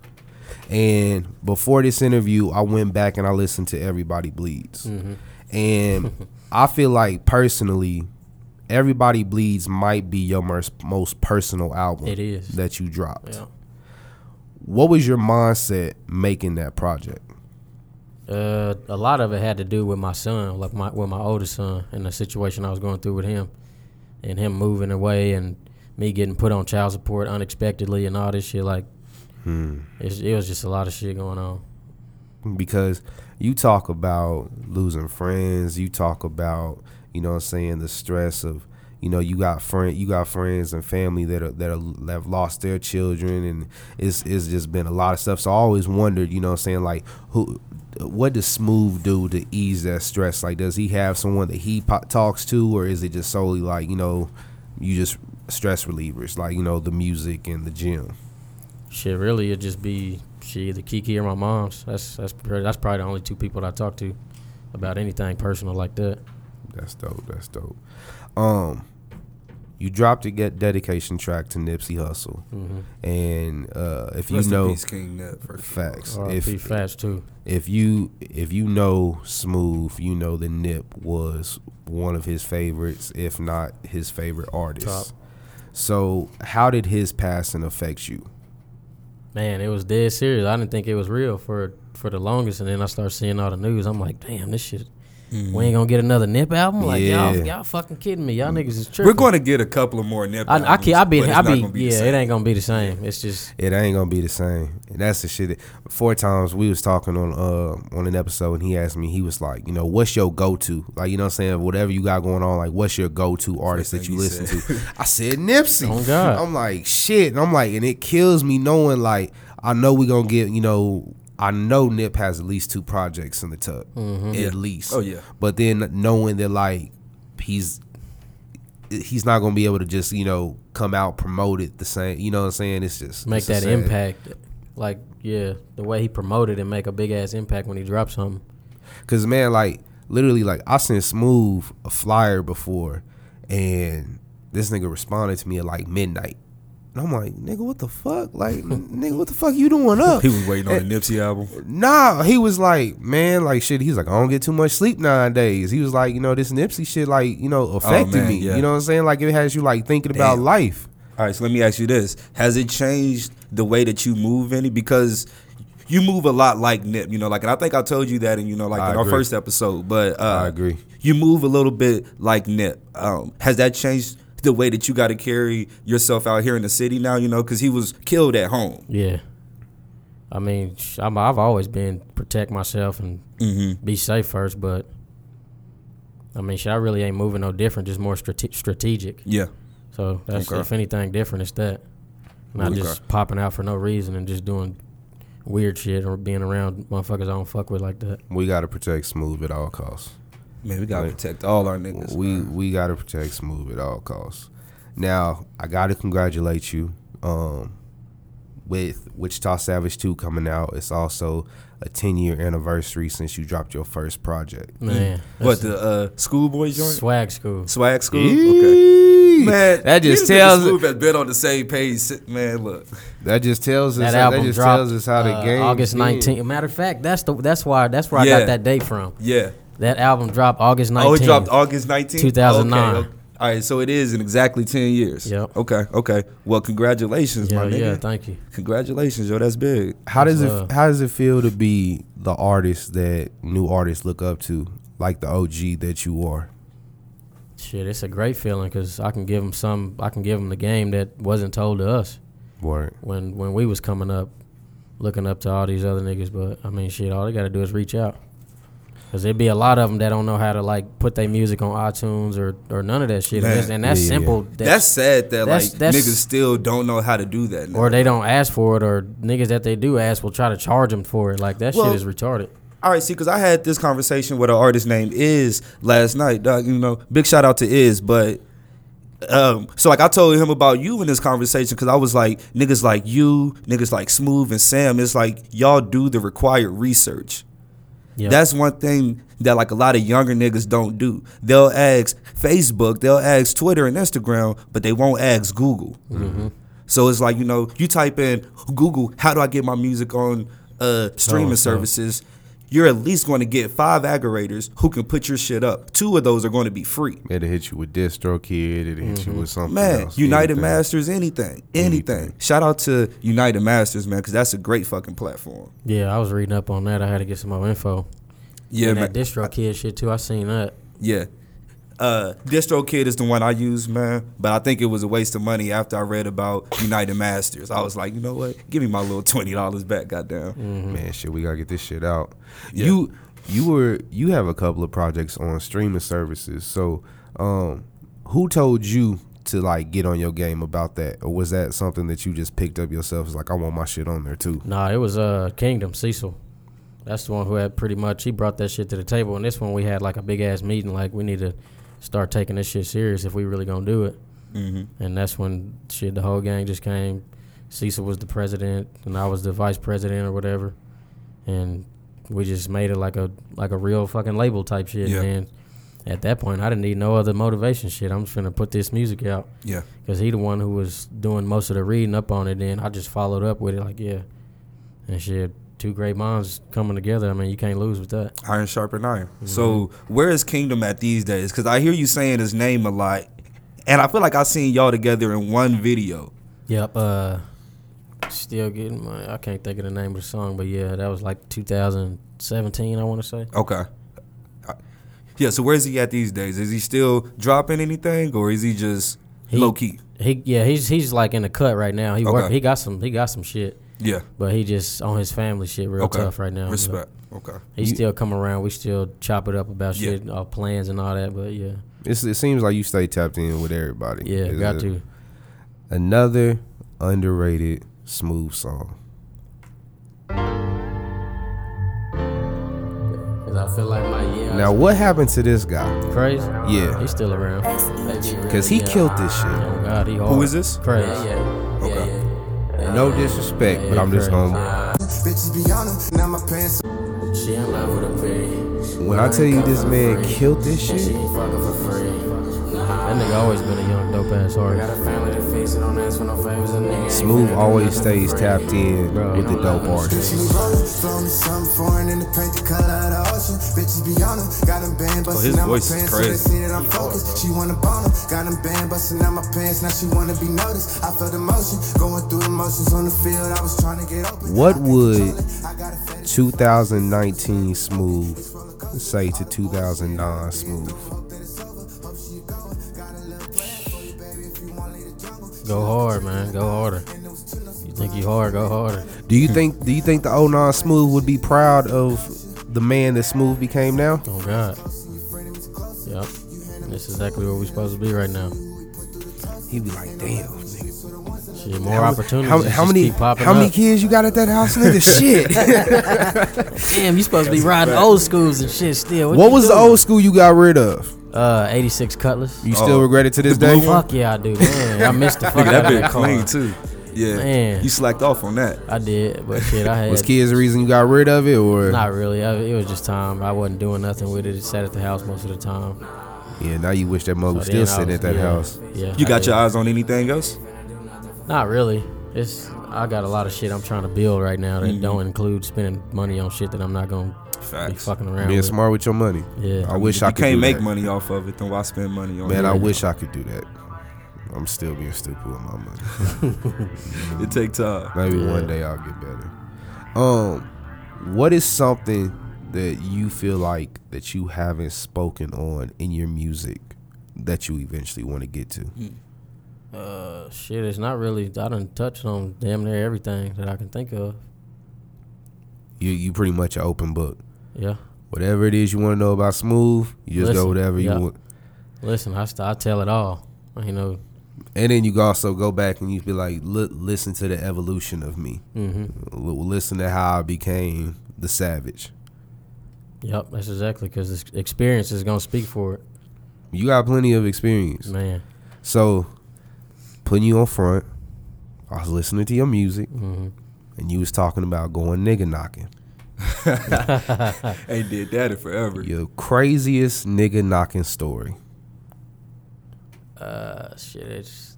Speaker 2: And before this interview, I went back and I listened to Everybody Bleeds.
Speaker 3: Mm-hmm.
Speaker 2: And I feel like personally, Everybody Bleeds might be your mer- most personal album
Speaker 3: It is.
Speaker 2: that you dropped.
Speaker 3: Yeah.
Speaker 2: What was your mindset making that project?
Speaker 3: Uh, a lot of it had to do with my son, like my with my oldest son, and the situation I was going through with him, and him moving away, and me getting put on child support unexpectedly, and all this shit. Like, it's, it was just a lot of shit going on.
Speaker 2: because you talk about losing friends, you talk about, you know what I'm saying, the stress of you know, you got friend you got friends and family that are that, are, that have lost their children and it's it's just been a lot of stuff. So I always wondered, you know what I'm saying, like who what does Smooth do to ease that stress? Like does he have someone that he po- talks to or is it just solely like, you know, you just stress relievers, like, you know, the music and the gym?
Speaker 3: Shit, really, it'd just be she either Kiki or my mom's. That's that's pr- that's probably the only two people that I talk to about anything personal like that.
Speaker 2: That's dope. That's dope. Um, you dropped a get dedication track to Nipsey Hussle,
Speaker 1: Mm-hmm.
Speaker 2: and uh, if you
Speaker 1: Rest in
Speaker 2: know
Speaker 1: peace, King Nut, first of all.
Speaker 2: facts,
Speaker 3: R.I.P.
Speaker 2: if
Speaker 3: Fats too.
Speaker 2: if you if you know Smooth, you know the Nip was one of his favorites, if not his favorite artist.
Speaker 3: Top.
Speaker 2: So, how did his passing affect you?
Speaker 3: Man, it was dead serious. I didn't think it was real for for the longest, and then I started seeing all the news. I'm like, damn, this shit.
Speaker 1: Mm-hmm.
Speaker 3: We ain't gonna get another Nip album. Like
Speaker 2: Yeah.
Speaker 3: y'all, y'all fucking kidding me. Y'all niggas is tripping.
Speaker 1: Mm-hmm. We're going to get a couple of more nip.
Speaker 3: I, I,
Speaker 1: albums,
Speaker 3: can, I be,
Speaker 1: but it's
Speaker 3: I
Speaker 1: not
Speaker 3: be,
Speaker 1: gonna the
Speaker 3: yeah.
Speaker 1: same.
Speaker 3: It ain't gonna be the same. It's just
Speaker 2: It ain't gonna be the same. And that's the shit. That, four times we was talking on uh on an episode, and he asked me. He was like, you know, what's your go to? Like, you know, what I'm saying whatever you got going on. Like, what's your go to artist
Speaker 1: thing
Speaker 2: that you
Speaker 1: you
Speaker 2: listen
Speaker 1: said.
Speaker 2: to? I said Nipsey.
Speaker 3: Oh, God.
Speaker 2: I'm like shit, and I'm like, and it kills me knowing like I know we gonna get you know. I know Nip has at least two projects in the tub,
Speaker 3: Mm-hmm.
Speaker 2: at least.
Speaker 1: Oh, yeah.
Speaker 2: But then knowing that like he's he's not gonna be able to just you know come out promote it the same. You know what I'm saying? It's just
Speaker 3: make
Speaker 2: it's a
Speaker 3: that
Speaker 2: sad-
Speaker 3: impact. Like yeah, the way he promoted and make a big ass impact when he dropped something.
Speaker 2: Cause man, like literally, like I sent Smooth a flyer before, and this nigga responded to me at like midnight, and I'm like, nigga, what the fuck? Like, n- nigga, what the fuck you doing up?
Speaker 1: He was waiting on the Nipsey album.
Speaker 2: Nah, he was like, man, like shit. He's like, I don't get too much sleep nowadays. He was like, you know, this Nipsey shit, like, you know, affected
Speaker 1: man,
Speaker 2: me.
Speaker 1: yeah.
Speaker 2: You know what I'm saying? Like, it has you like thinking about
Speaker 1: Damn.
Speaker 2: life.
Speaker 1: All right, so let me ask you this: Has it changed the way that you move any? Because you move a lot like Nip, you know. Like, and I think I told you that, in you know, like
Speaker 2: I
Speaker 1: in our
Speaker 2: agree.
Speaker 1: first episode. But uh,
Speaker 2: I agree.
Speaker 1: You move a little bit like Nip. Um, has that changed the way that you got to carry yourself out here in the city now? You know, because he was killed at home.
Speaker 3: Yeah. I mean, sh- I'm, I've always been protect myself and
Speaker 2: Mm-hmm.
Speaker 3: be safe first, but I mean, shit, I really ain't moving no different, just more strate- strategic.
Speaker 1: Yeah.
Speaker 3: So that's
Speaker 1: Okay.
Speaker 3: if anything different, it's that. Not
Speaker 1: Okay.
Speaker 3: just popping out for no reason and just doing weird shit or being around motherfuckers I don't fuck with like that.
Speaker 2: We gotta protect Smooth at all costs.
Speaker 1: Man, we gotta protect all our niggas.
Speaker 2: we we gotta protect Smooth at all costs. Now I gotta congratulate you um, with Wichita Savage Two coming out. It's also a ten year anniversary since you dropped your first project.
Speaker 3: Man.
Speaker 1: what Mm. the uh, schoolboy joint?
Speaker 3: Swag school.
Speaker 1: Swag school. Mm, Okay.
Speaker 2: Eee!
Speaker 1: Man,
Speaker 2: that just
Speaker 1: these niggas
Speaker 2: tells
Speaker 1: Smooth has been on the same page. si- Man, look.
Speaker 2: that just tells us
Speaker 3: That
Speaker 2: that,
Speaker 3: album
Speaker 2: just
Speaker 3: dropped
Speaker 2: tells us how the
Speaker 3: uh,
Speaker 2: game
Speaker 3: August
Speaker 2: been.
Speaker 3: nineteenth. Matter of fact, that's the that's why that's where I
Speaker 1: Yeah.
Speaker 3: got that date from.
Speaker 1: Yeah.
Speaker 3: That album dropped August
Speaker 1: Oh,
Speaker 3: nineteenth.
Speaker 1: it dropped August 19th?
Speaker 3: 2009.
Speaker 1: Okay, okay. All right, so it is in exactly 10 years.
Speaker 3: Yep.
Speaker 1: Okay, okay. Well, congratulations,
Speaker 3: Yeah,
Speaker 1: my nigga.
Speaker 3: yeah, thank you.
Speaker 1: congratulations, yo. That's big.
Speaker 2: How does
Speaker 3: Wow.
Speaker 2: it how does it feel to be the artist that new artists look up to, like the OG that you are?
Speaker 3: Shit, it's a great feeling because I can give them some. I can give them the game that wasn't told to us
Speaker 2: Word.
Speaker 3: when when we was coming up, looking up to all these other niggas. But I mean, shit, all they gotta do is reach out. Cause there'd be a lot of them that don't know how to like put their music on iTunes or, or none of that shit, and that's, and that's
Speaker 2: Yeah, yeah, yeah.
Speaker 3: simple.
Speaker 1: That's sad that
Speaker 3: that's-
Speaker 1: like
Speaker 3: that's-
Speaker 1: niggas still don't know how to do that. now.
Speaker 3: or they don't ask for it, or niggas that they do ask will try to charge them for it. Like that
Speaker 1: Well-
Speaker 3: shit is retarded.
Speaker 1: All right, see, because I had this conversation with an artist named Iz last night. Dog, you know, big shout out to Iz, but um, so like I told him about you in this conversation because I was like, niggas like you, niggas like Smooth and Sam. It's like y'all do the required research.
Speaker 3: Yeah,
Speaker 1: That's one thing that like a lot of younger niggas don't do. They'll ask Facebook, they'll ask Twitter and Instagram, but they won't ask Google.
Speaker 2: Mm-hmm.
Speaker 1: So it's like you know, you type in Google, how do I get my music on uh,
Speaker 2: Oh,
Speaker 1: streaming services? You're at least going to get five aggregators who can put your shit up. Two of those are going to be free.
Speaker 2: It'll hit you with DistroKid. It'll hit you with something
Speaker 1: Mm-hmm. Man,
Speaker 2: else.
Speaker 1: United
Speaker 2: anything.
Speaker 1: Masters, anything, anything,
Speaker 2: Anything.
Speaker 1: Shout out to United Masters, man, because that's a great fucking platform.
Speaker 3: yeah. I was reading up on that. I had to get some more info.
Speaker 1: Yeah,
Speaker 3: and
Speaker 1: man.
Speaker 3: that distro kid shit too. I seen that.
Speaker 1: Yeah. Uh, DistroKid is the one I use, man. But I think it was a waste of money after I read about United Masters. I was like, you know what? Give me my little twenty dollars back, goddamn.
Speaker 3: Mm.
Speaker 2: Man, shit, we gotta get this shit out.
Speaker 1: Mm-hmm. Yeah.
Speaker 2: You you were you have a couple of projects on streaming services. So, um, who told you to like get on your game about that, or was that something that you just picked up yourself? It's like I want my shit on there too.
Speaker 3: Nah, it was uh Kingdom Cecil. That's the one who had pretty much he brought that shit to the table. And this one we had like a big ass meeting. Like we need to start taking this shit serious if we really gonna do it. Mm-hmm. And that's when shit the whole gang just came. Cecil was the president and I was the vice president or whatever. And we just made it like a like a real fucking label type shit.
Speaker 1: Yeah.
Speaker 3: And at that point, I didn't need no other motivation shit. I'm just gonna put this music out
Speaker 1: Yeah,
Speaker 3: because he the one who was doing most of the reading up on it. Then I just followed up with it, like yeah, and shit. Two great minds coming together. I mean, you can't lose with that.
Speaker 1: iron sharpened iron. So where is Kingdom at these days? Because I hear you saying his name a lot, and I feel like I seen y'all together in one video.
Speaker 3: Yep. Uh, still getting my. I can't think of the name of the song, but yeah, that was like 2017. I want to say.
Speaker 1: Okay. Uh, Yeah. So where is he at these days? Is he still dropping anything, or is he just
Speaker 3: He-
Speaker 1: low key?
Speaker 3: He yeah, he's he's like in the cut right now. He work.
Speaker 1: Okay.
Speaker 3: He got some. He got some shit,
Speaker 1: Yeah.
Speaker 3: but he just on his family shit real
Speaker 1: Okay.
Speaker 3: tough right now. but
Speaker 1: Respect. Okay.
Speaker 3: He still come around. We still chop it up about
Speaker 1: Yeah.
Speaker 3: shit, our plans and all that. But yeah,
Speaker 2: It's, it seems like you stay tapped in with everybody.
Speaker 3: yeah,
Speaker 2: It's
Speaker 3: got
Speaker 2: a-
Speaker 3: to.
Speaker 2: Another underrated smooth song.
Speaker 3: Cause I feel like my yeah.
Speaker 2: Now, what happened to this guy?
Speaker 3: Crazy.
Speaker 2: Yeah,
Speaker 3: He's still around.
Speaker 2: because he killed this shit.
Speaker 3: Oh God, he hard.
Speaker 1: Who is this?
Speaker 3: Crazy.
Speaker 2: No disrespect, but I'm just gonna.
Speaker 5: Bitches be on 'em, now my pants.
Speaker 4: She in love with a pig.
Speaker 2: When I tell you this man killed this shit,
Speaker 4: ain't fucking for free. Nah,
Speaker 3: That nigga always been a young dope ass artist.
Speaker 4: a family to feed, so don't ask for no favors. A nigga ain't
Speaker 2: Smooth
Speaker 4: finna do
Speaker 2: always
Speaker 4: nothing
Speaker 2: stays
Speaker 4: for free.
Speaker 2: tapped in with the dope artists.
Speaker 5: She be rollin', throw me something foreign in the paint, the color of the ocean. Bitches be on 'em, got 'em band
Speaker 1: Oh,
Speaker 5: bustin',
Speaker 1: his
Speaker 5: now my
Speaker 1: voice is
Speaker 5: pants. So they
Speaker 1: crazy.
Speaker 5: see that I'm focused. She wanna bone 'em, got 'em band bustin', now my pants. Now she wanna be noticed. I felt emotion, going through the motions on the field. I was trying to get open.
Speaker 2: What
Speaker 5: I can't
Speaker 2: would
Speaker 5: control it, I got a fetish
Speaker 2: 2019 smooth say to 2009 smooth.
Speaker 3: Go hard, man. Go harder. You think you hard? Go harder.
Speaker 2: Do you think do you think the 09 smooth would be proud of the man that smooth became now?
Speaker 3: Oh God. Yep. That's exactly where we supposed to be right now.
Speaker 2: He'd be like, damn. nigga,
Speaker 3: Shit, more
Speaker 2: how-
Speaker 3: opportunities.
Speaker 2: How,
Speaker 3: just
Speaker 2: how many
Speaker 3: keep popping
Speaker 2: how many
Speaker 3: up.
Speaker 2: kids you got at that house, nigga? Shit.
Speaker 3: Damn, you supposed to be riding old schools and shit still.
Speaker 2: what
Speaker 3: you
Speaker 2: was the
Speaker 3: doing?
Speaker 2: old school you got rid of?
Speaker 3: Uh, 86 Cutlass.
Speaker 2: You still
Speaker 1: Oh,
Speaker 2: regret it to this
Speaker 1: the
Speaker 2: day?
Speaker 1: blue one?
Speaker 3: Fuck yeah, I do. Man, I missed the
Speaker 1: Nigga,
Speaker 3: fuck out
Speaker 1: that
Speaker 3: of
Speaker 1: been
Speaker 3: that car.
Speaker 1: clean too. Yeah.
Speaker 3: Man.
Speaker 1: You slacked off on that.
Speaker 3: I did, but shit, I had
Speaker 2: Was kids the reason you got rid of it or
Speaker 3: Not really. I, it was just time. I wasn't doing nothing with it. It sat at the house most of the time.
Speaker 2: Yeah, now you wish that mug was
Speaker 3: But
Speaker 2: Oh, still
Speaker 3: then I
Speaker 2: sitting
Speaker 3: was-
Speaker 2: at that
Speaker 3: yeah,
Speaker 2: house.
Speaker 3: Yeah.
Speaker 1: You
Speaker 3: I
Speaker 1: got
Speaker 3: did.
Speaker 1: your eyes on anything else?
Speaker 3: Not really. It's I got a lot of shit I'm trying to build right now that
Speaker 1: Mm-hmm.
Speaker 3: don't include spending money on shit that I'm not gonna be
Speaker 1: Facts.
Speaker 3: fucking around
Speaker 2: Being
Speaker 3: with.
Speaker 2: smart with your money.
Speaker 3: Yeah.
Speaker 2: I wish
Speaker 1: If
Speaker 2: I
Speaker 1: you
Speaker 2: could
Speaker 1: can't
Speaker 2: do
Speaker 1: make
Speaker 2: that.
Speaker 1: money off of it, then why spend money on
Speaker 2: Man,
Speaker 1: it?
Speaker 2: I wish I could do that. I'm still being stupid with my money.
Speaker 1: It uh, take time.
Speaker 2: Maybe
Speaker 3: Yeah.
Speaker 2: one day I'll get better. Um, what is something that you feel like that you haven't spoken on in your music that you eventually want to get to?
Speaker 3: Mm. Uh, shit, it's not really. I done touched on damn near everything that I can think of.
Speaker 2: You you pretty much an open book.
Speaker 3: Yeah.
Speaker 2: Whatever it is you want to know about Smooth, you just
Speaker 3: Listen,
Speaker 2: go whatever
Speaker 3: yeah.
Speaker 2: you want.
Speaker 3: Listen, I, st- I tell it all. You know,
Speaker 2: And then you can also go back and you be like, "Look, listen to the evolution of me.
Speaker 3: mm-hmm.
Speaker 2: L- Listen to how I became the savage.
Speaker 3: yep, that's exactly because this experience is gonna speak for it,
Speaker 2: You got plenty of experience.
Speaker 3: man.
Speaker 2: So, putting you on front, I was listening to your music, and you was talking about going nigga knocking.
Speaker 1: Ain't did that in forever.
Speaker 2: Your craziest nigga knocking story.
Speaker 3: Uh, shit, it's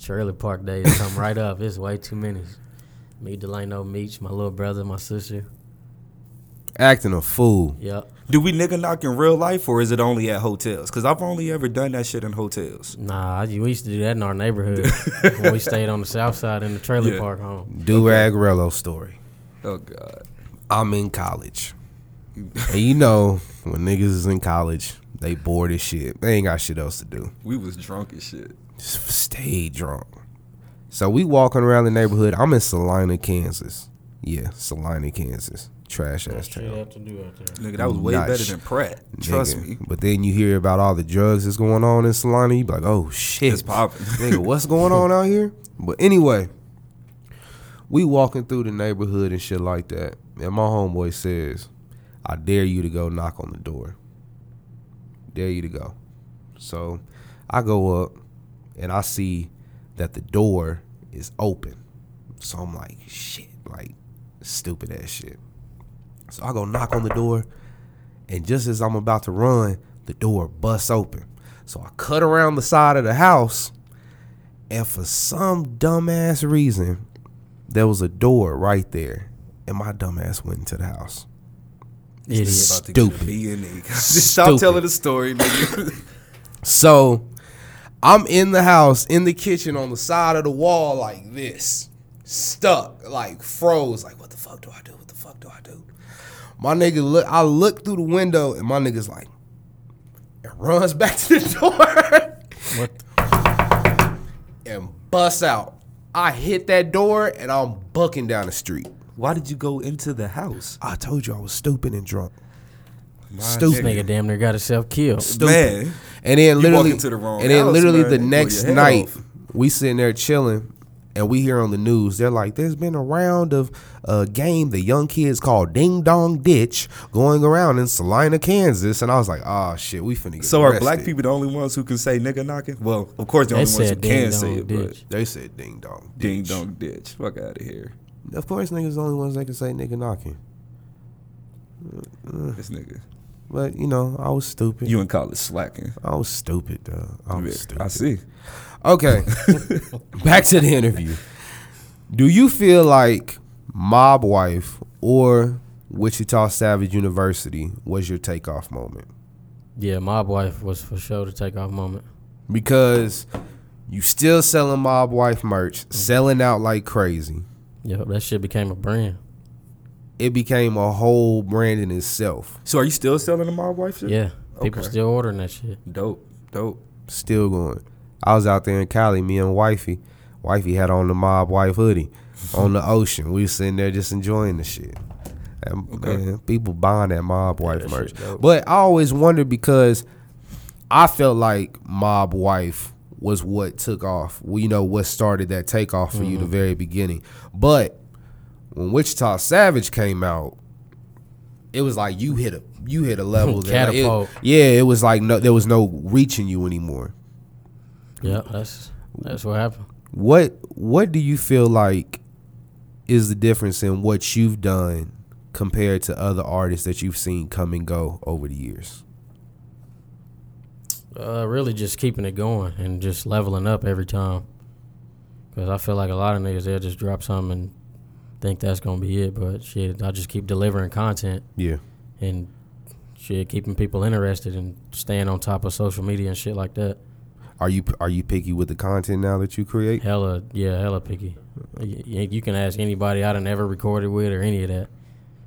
Speaker 3: Trailer Park Days come right up. It's way too many. Me, Delano, Meach, my little brother, my sister.
Speaker 2: Acting a fool.
Speaker 3: Yep.
Speaker 1: Do we nigga knock in real life or is it only at hotels? Because I've only ever done that shit in hotels.
Speaker 3: Nah, I, we used to do that in our neighborhood when we stayed on the south side in the trailer
Speaker 1: Yeah.
Speaker 3: park home.
Speaker 2: Do rag Rello story.
Speaker 1: Oh God.
Speaker 2: I'm in college. and you know, when niggas is in college, they bored as shit. They ain't got shit else to do.
Speaker 1: We was drunk as shit.
Speaker 2: Just stay drunk. So we walking around the neighborhood. I'm in Salina, Kansas. Yeah, Salina, Kansas. Trash ass town.
Speaker 3: to do out there.
Speaker 1: Nigga, that was way
Speaker 2: Nah,
Speaker 1: better
Speaker 2: sh-
Speaker 1: than Pratt. Trust
Speaker 2: nigga.
Speaker 1: me.
Speaker 2: But then you hear about all the drugs that's going on in Salina. You be like, oh shit,
Speaker 1: It's popping.
Speaker 2: nigga. What's going on out here? But anyway, we walking through the neighborhood and shit like that, and my homeboy says, "I dare you to go knock on the door. Dare you to go." So I go up and I see that the door is open. So I'm like, shit, like stupid ass shit. So I go knock on the door, and just as I'm about to run, the door busts open. So I cut around the side of the house, and for some dumbass reason, there was a door right there, and my dumbass went into the house.
Speaker 3: Idiot.
Speaker 2: Stupid.
Speaker 1: B and E. Stop
Speaker 2: Stupid.
Speaker 1: telling the story, nigga.
Speaker 2: So I'm in the house, in the kitchen, on the side of the wall, like this, stuck, like froze. Like, what the fuck do I do? What the fuck do I do? My nigga, look. I look through the window, and my nigga's like, and runs back to the door
Speaker 3: What?
Speaker 2: and busts out. I hit that door, and I'm bucking down the street.
Speaker 1: Why did you go into the house?
Speaker 2: I told you I was stupid and drunk.
Speaker 1: My
Speaker 2: Stupid.
Speaker 1: nigga.
Speaker 3: Nigga damn near got himself killed.
Speaker 2: stupid.
Speaker 1: Man.
Speaker 2: And then literally,
Speaker 1: into the wrong
Speaker 2: and then
Speaker 1: house,
Speaker 2: literally
Speaker 1: man.
Speaker 2: the
Speaker 1: Pull
Speaker 2: next
Speaker 1: your head
Speaker 2: night,
Speaker 1: off.
Speaker 2: we sitting there chilling, and we hear on the news they're like, "There's been a round of a game the young kids called Ding Dong Ditch going around in Salina, Kansas," and I was like, "Ah, shit, we finna get
Speaker 1: So are black
Speaker 2: arrested."
Speaker 1: people the only ones who can say nigga knocking? Well, of course the
Speaker 3: They
Speaker 1: only ones who
Speaker 3: said ding
Speaker 1: can say
Speaker 3: dong
Speaker 1: it, but
Speaker 3: ditch.
Speaker 2: They said Ding Dong.
Speaker 1: ding dong ditch. Fuck out of here.
Speaker 2: Of course, niggas the only ones that can say nigga knocking.
Speaker 1: This nigga.
Speaker 2: But you know, I was stupid.
Speaker 1: You in college slacking.
Speaker 2: I was stupid, though. I was stupid.
Speaker 1: I see.
Speaker 2: Okay. Back to the interview. Do you feel like Mob Wife or Wichita Savage University was your takeoff moment?
Speaker 3: Yeah, my wife was for sure to take off moment.
Speaker 2: Because you still selling Mob Wife merch, selling out like crazy.
Speaker 3: Yep, that shit became a brand.
Speaker 2: It became a whole brand in itself.
Speaker 1: So are you still selling the mob wife shit?
Speaker 3: Yeah, people
Speaker 1: Okay.
Speaker 3: still ordering that shit.
Speaker 1: Dope. Dope.
Speaker 2: Still going. I was out there in Cali, me and Wifey. Wifey had on the Mob Wife hoodie on the ocean. We was sitting there just enjoying the shit. And, man, people buying that Mob Wife
Speaker 3: that
Speaker 2: merch.
Speaker 3: shit dope.
Speaker 2: But I always wondered because I felt like Mob Wife was what took off. Well, you know, what started that takeoff for
Speaker 3: Mm-hmm.
Speaker 2: you the very beginning. But when Wichita Savage came out, it was like you hit a you hit a level that like, it-
Speaker 3: Catapult.
Speaker 2: yeah, it was like no there was no reaching you anymore.
Speaker 3: Yep, that's that's what happened.
Speaker 2: What what do you feel like is the difference in what you've done compared to other artists that you've seen come and go over the years?
Speaker 3: Uh, really, just keeping it going and just leveling up every time. Cause I feel like a lot of niggas they'll just drop something and think that's gonna be it, but shit, I just keep delivering content
Speaker 2: Yeah.
Speaker 3: and shit, keeping people interested and staying on top of social media and shit like that.
Speaker 2: Are you are you picky with the content now that you create?
Speaker 3: Hella, yeah, hella picky. Y- y- You can ask anybody I done ever recorded with or any of that.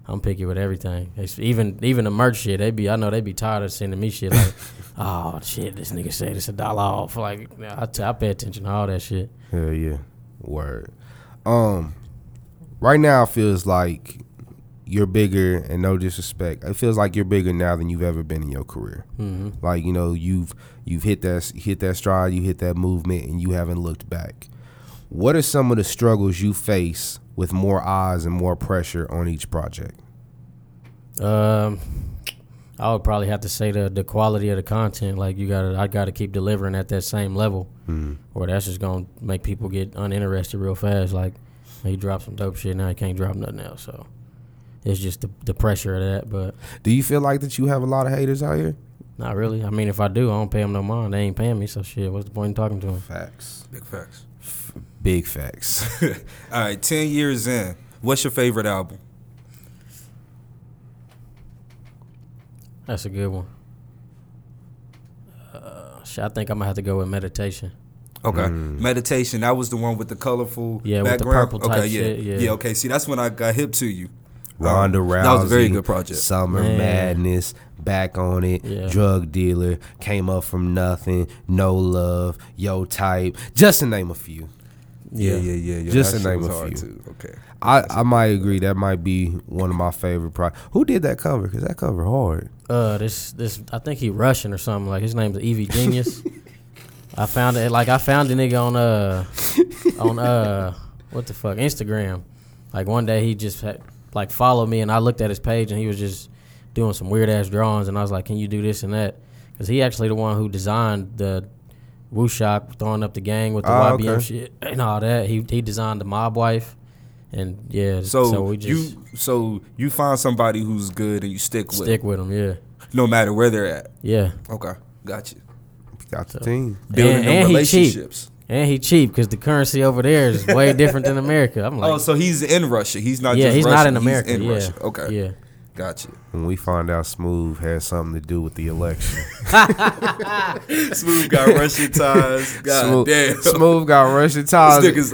Speaker 3: I'm picky with everything. It's even even the merch shit. They be I know they be tired of sending me shit like, oh shit, this nigga said it's a dollar off. Like I, t- I pay attention to all that shit.
Speaker 2: Hell yeah. Word. Um right now it feels like you're bigger, and no disrespect, it feels like you're bigger now than you've ever been in your career. Like you know, you've you've hit that hit that stride, you hit that movement, and you haven't looked back. What are some of the struggles you face with more eyes and more pressure on each project?
Speaker 3: Um, I would probably have to say the the quality of the content. Like you got, to I got to keep delivering at that same level,
Speaker 1: Hmm.
Speaker 3: or that's just gonna make people get uninterested real fast. Like he dropped some dope shit, now he can't drop nothing else. So it's just the the pressure of that. But
Speaker 2: Do you feel like that you have a lot of haters out here?
Speaker 3: not really. I mean, if I do, I don't pay them no mind. They ain't paying me, so shit. What's the point in talking to them?
Speaker 2: Facts,
Speaker 1: Big facts.
Speaker 2: big facts.
Speaker 1: All right, ten years in. What's your favorite album?
Speaker 3: That's a good one. Uh, shit, I think I'm gonna have to go with meditation.
Speaker 1: Okay, meditation. That was the one with the colorful
Speaker 3: Yeah, with the
Speaker 1: background.
Speaker 3: purple type
Speaker 1: okay, yeah.
Speaker 3: shit, yeah.
Speaker 1: Okay, see, that's when I got hip to you.
Speaker 2: Ronda
Speaker 1: Um,
Speaker 2: Rousey.
Speaker 1: That was a very good project.
Speaker 2: Summer
Speaker 3: Man.
Speaker 2: Madness, back on it.
Speaker 3: Yeah.
Speaker 2: Drug dealer, came up from nothing. No love, yo type. Just to name a few.
Speaker 1: Yeah, yeah, yeah, yeah.
Speaker 2: Just
Speaker 1: That
Speaker 2: to
Speaker 1: shit
Speaker 2: name
Speaker 1: was
Speaker 2: a
Speaker 1: hard
Speaker 2: few.
Speaker 1: Too. Okay.
Speaker 2: I, I might agree that might be one of my favorite pro. Who did that cover? Cause that cover hard.
Speaker 3: uh this this I think he Russian or something like his name's Evie Genius. I found it like I found a nigga on uh on uh what the fuck Instagram. Like one day he just had, like followed me and I looked at his page and he was just doing some weird ass drawings and I was like, can you do this and that? Because he actually the one who designed the Wu Shop throwing up the gang with the
Speaker 2: Ah,
Speaker 3: YBM
Speaker 2: okay.
Speaker 3: shit and all that. He he designed the Mob Wife and yeah.
Speaker 1: So,
Speaker 3: So, we just
Speaker 1: you so you find somebody who's good and you stick with
Speaker 3: stick with him. Yeah,
Speaker 1: no matter where they're at.
Speaker 3: yeah.
Speaker 1: Okay, got you.
Speaker 2: Got the team.
Speaker 1: Building
Speaker 3: and
Speaker 1: them
Speaker 3: he cheap.
Speaker 1: relationships.
Speaker 3: And he cheap because the currency over there is way different than America. I'm like,
Speaker 1: oh, so he's in Russia. He's not.
Speaker 3: yeah,
Speaker 1: just
Speaker 3: he's not
Speaker 1: Russian,
Speaker 3: in America.
Speaker 1: He's in
Speaker 3: yeah.
Speaker 1: Russia. Okay.
Speaker 3: Yeah.
Speaker 1: Got you.
Speaker 2: When we find out Smooth had something to do with the election.
Speaker 1: Smooth got Russian ties. God
Speaker 2: Smooth,
Speaker 1: damn.
Speaker 2: Smooth got Russian ties.
Speaker 1: This nigga's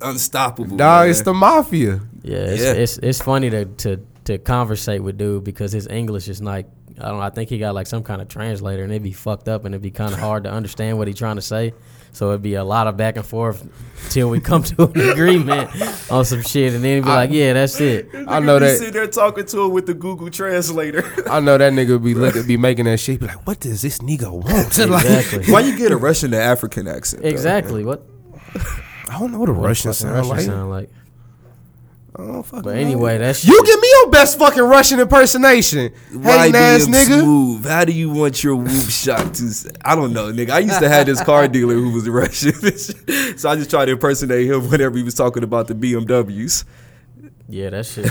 Speaker 1: un- unstoppable.
Speaker 2: Nah,
Speaker 1: man.
Speaker 2: it's the mafia.
Speaker 3: Yeah. It's,
Speaker 1: Yeah.
Speaker 3: It's, it's funny to, to to conversate with dude because his English is like I don't know, I think he got like some kind of translator and it'd be fucked up and it'd be kinda hard to understand what he's trying to say. So it'd be a lot of back and forth till we come to an agreement on some shit and then he'd be like, Yeah, that's it.
Speaker 2: I know
Speaker 1: You
Speaker 2: that.
Speaker 1: sit there talking to him with the Google translator.
Speaker 2: I know that nigga be looking, be making that shit. Be like, what does this nigga want? Like,
Speaker 3: Exactly.
Speaker 1: Why you get a Russian to African accent? though?
Speaker 3: exactly. What
Speaker 2: I don't know what a Russian
Speaker 3: fucking
Speaker 2: sound
Speaker 3: Russian
Speaker 2: like.
Speaker 3: sound like.
Speaker 2: I don't fucking
Speaker 3: But
Speaker 2: know.
Speaker 3: anyway, that's
Speaker 2: you give me your best fucking Russian impersonation, hating ass
Speaker 1: YBM
Speaker 2: nigga.
Speaker 1: Smooth. How do you want your whoop shot to? s- I don't know, nigga. I used to have this car dealer who was Russian, so I just tried to impersonate him whenever he was talking about the BMWs.
Speaker 3: Yeah, that shit.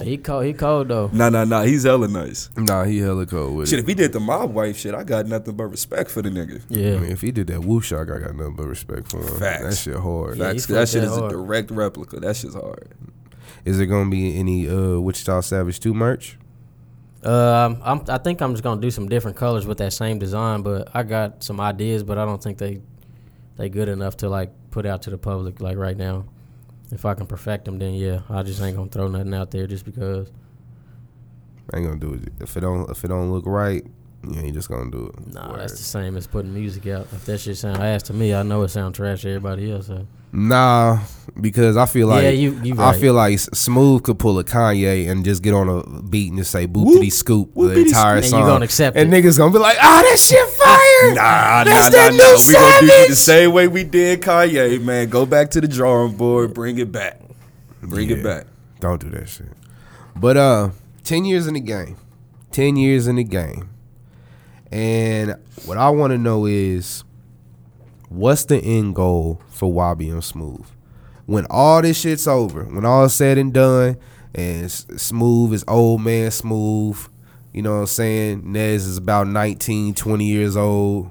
Speaker 3: he cold he cold though.
Speaker 1: Nah, nah, nah. He's hella nice.
Speaker 2: Nah, he hella cold with
Speaker 1: Shit, if he did the mob wife shit, I got nothing but respect for the nigga.
Speaker 3: Yeah.
Speaker 2: I mean, if he did that woo shock, I got nothing but respect for him.
Speaker 1: Facts.
Speaker 2: That shit hard.
Speaker 3: Yeah, he
Speaker 1: Facts, that
Speaker 3: flipped
Speaker 1: shit
Speaker 3: that
Speaker 1: is a
Speaker 3: hard.
Speaker 1: direct replica. That shit's hard.
Speaker 2: Is there gonna be any uh Wichita Savage two merch?
Speaker 3: Um, I'm, I think I'm just gonna do some different colors with that same design, but I got some ideas, but I don't think they they good enough to like put out to the public like right now. If I can perfect them, then yeah, I just ain't gonna throw nothing out there just because.
Speaker 2: I ain't gonna do it if it don't if it don't look right. You ain't just gonna do it.
Speaker 3: Nah, that's the same as putting music out. If that shit sound ass to me, I know it sound trash to everybody else. So.
Speaker 2: Nah, because I feel like
Speaker 3: Yeah, you- you
Speaker 2: I
Speaker 3: right.
Speaker 2: feel like S- Smooth could pull a Kanye and just get on a beat and just say boopity scoop the
Speaker 1: whoopity
Speaker 2: entire
Speaker 3: scoop. And you
Speaker 2: song,
Speaker 3: gonna accept
Speaker 2: and
Speaker 3: it.
Speaker 2: niggas gonna be like, ah, that shit fire.
Speaker 1: Nah,
Speaker 2: that's
Speaker 1: nah,
Speaker 2: that
Speaker 1: nah,
Speaker 2: new
Speaker 1: nah. We gonna do you the
Speaker 2: Savage.
Speaker 1: same way we did Kanye, man. Go back to the drawing board. Bring it back. Bring
Speaker 2: Yeah.
Speaker 1: it back.
Speaker 2: Don't do that shit. But uh, ten years in the game, ten years in the game, and what I want to know is, what's the end goal for YBM Smooth? When all this shit's over, when all is said and done, and S- Smooth is old man Smooth, you know what I'm saying? Nez is about 19, 20 years old.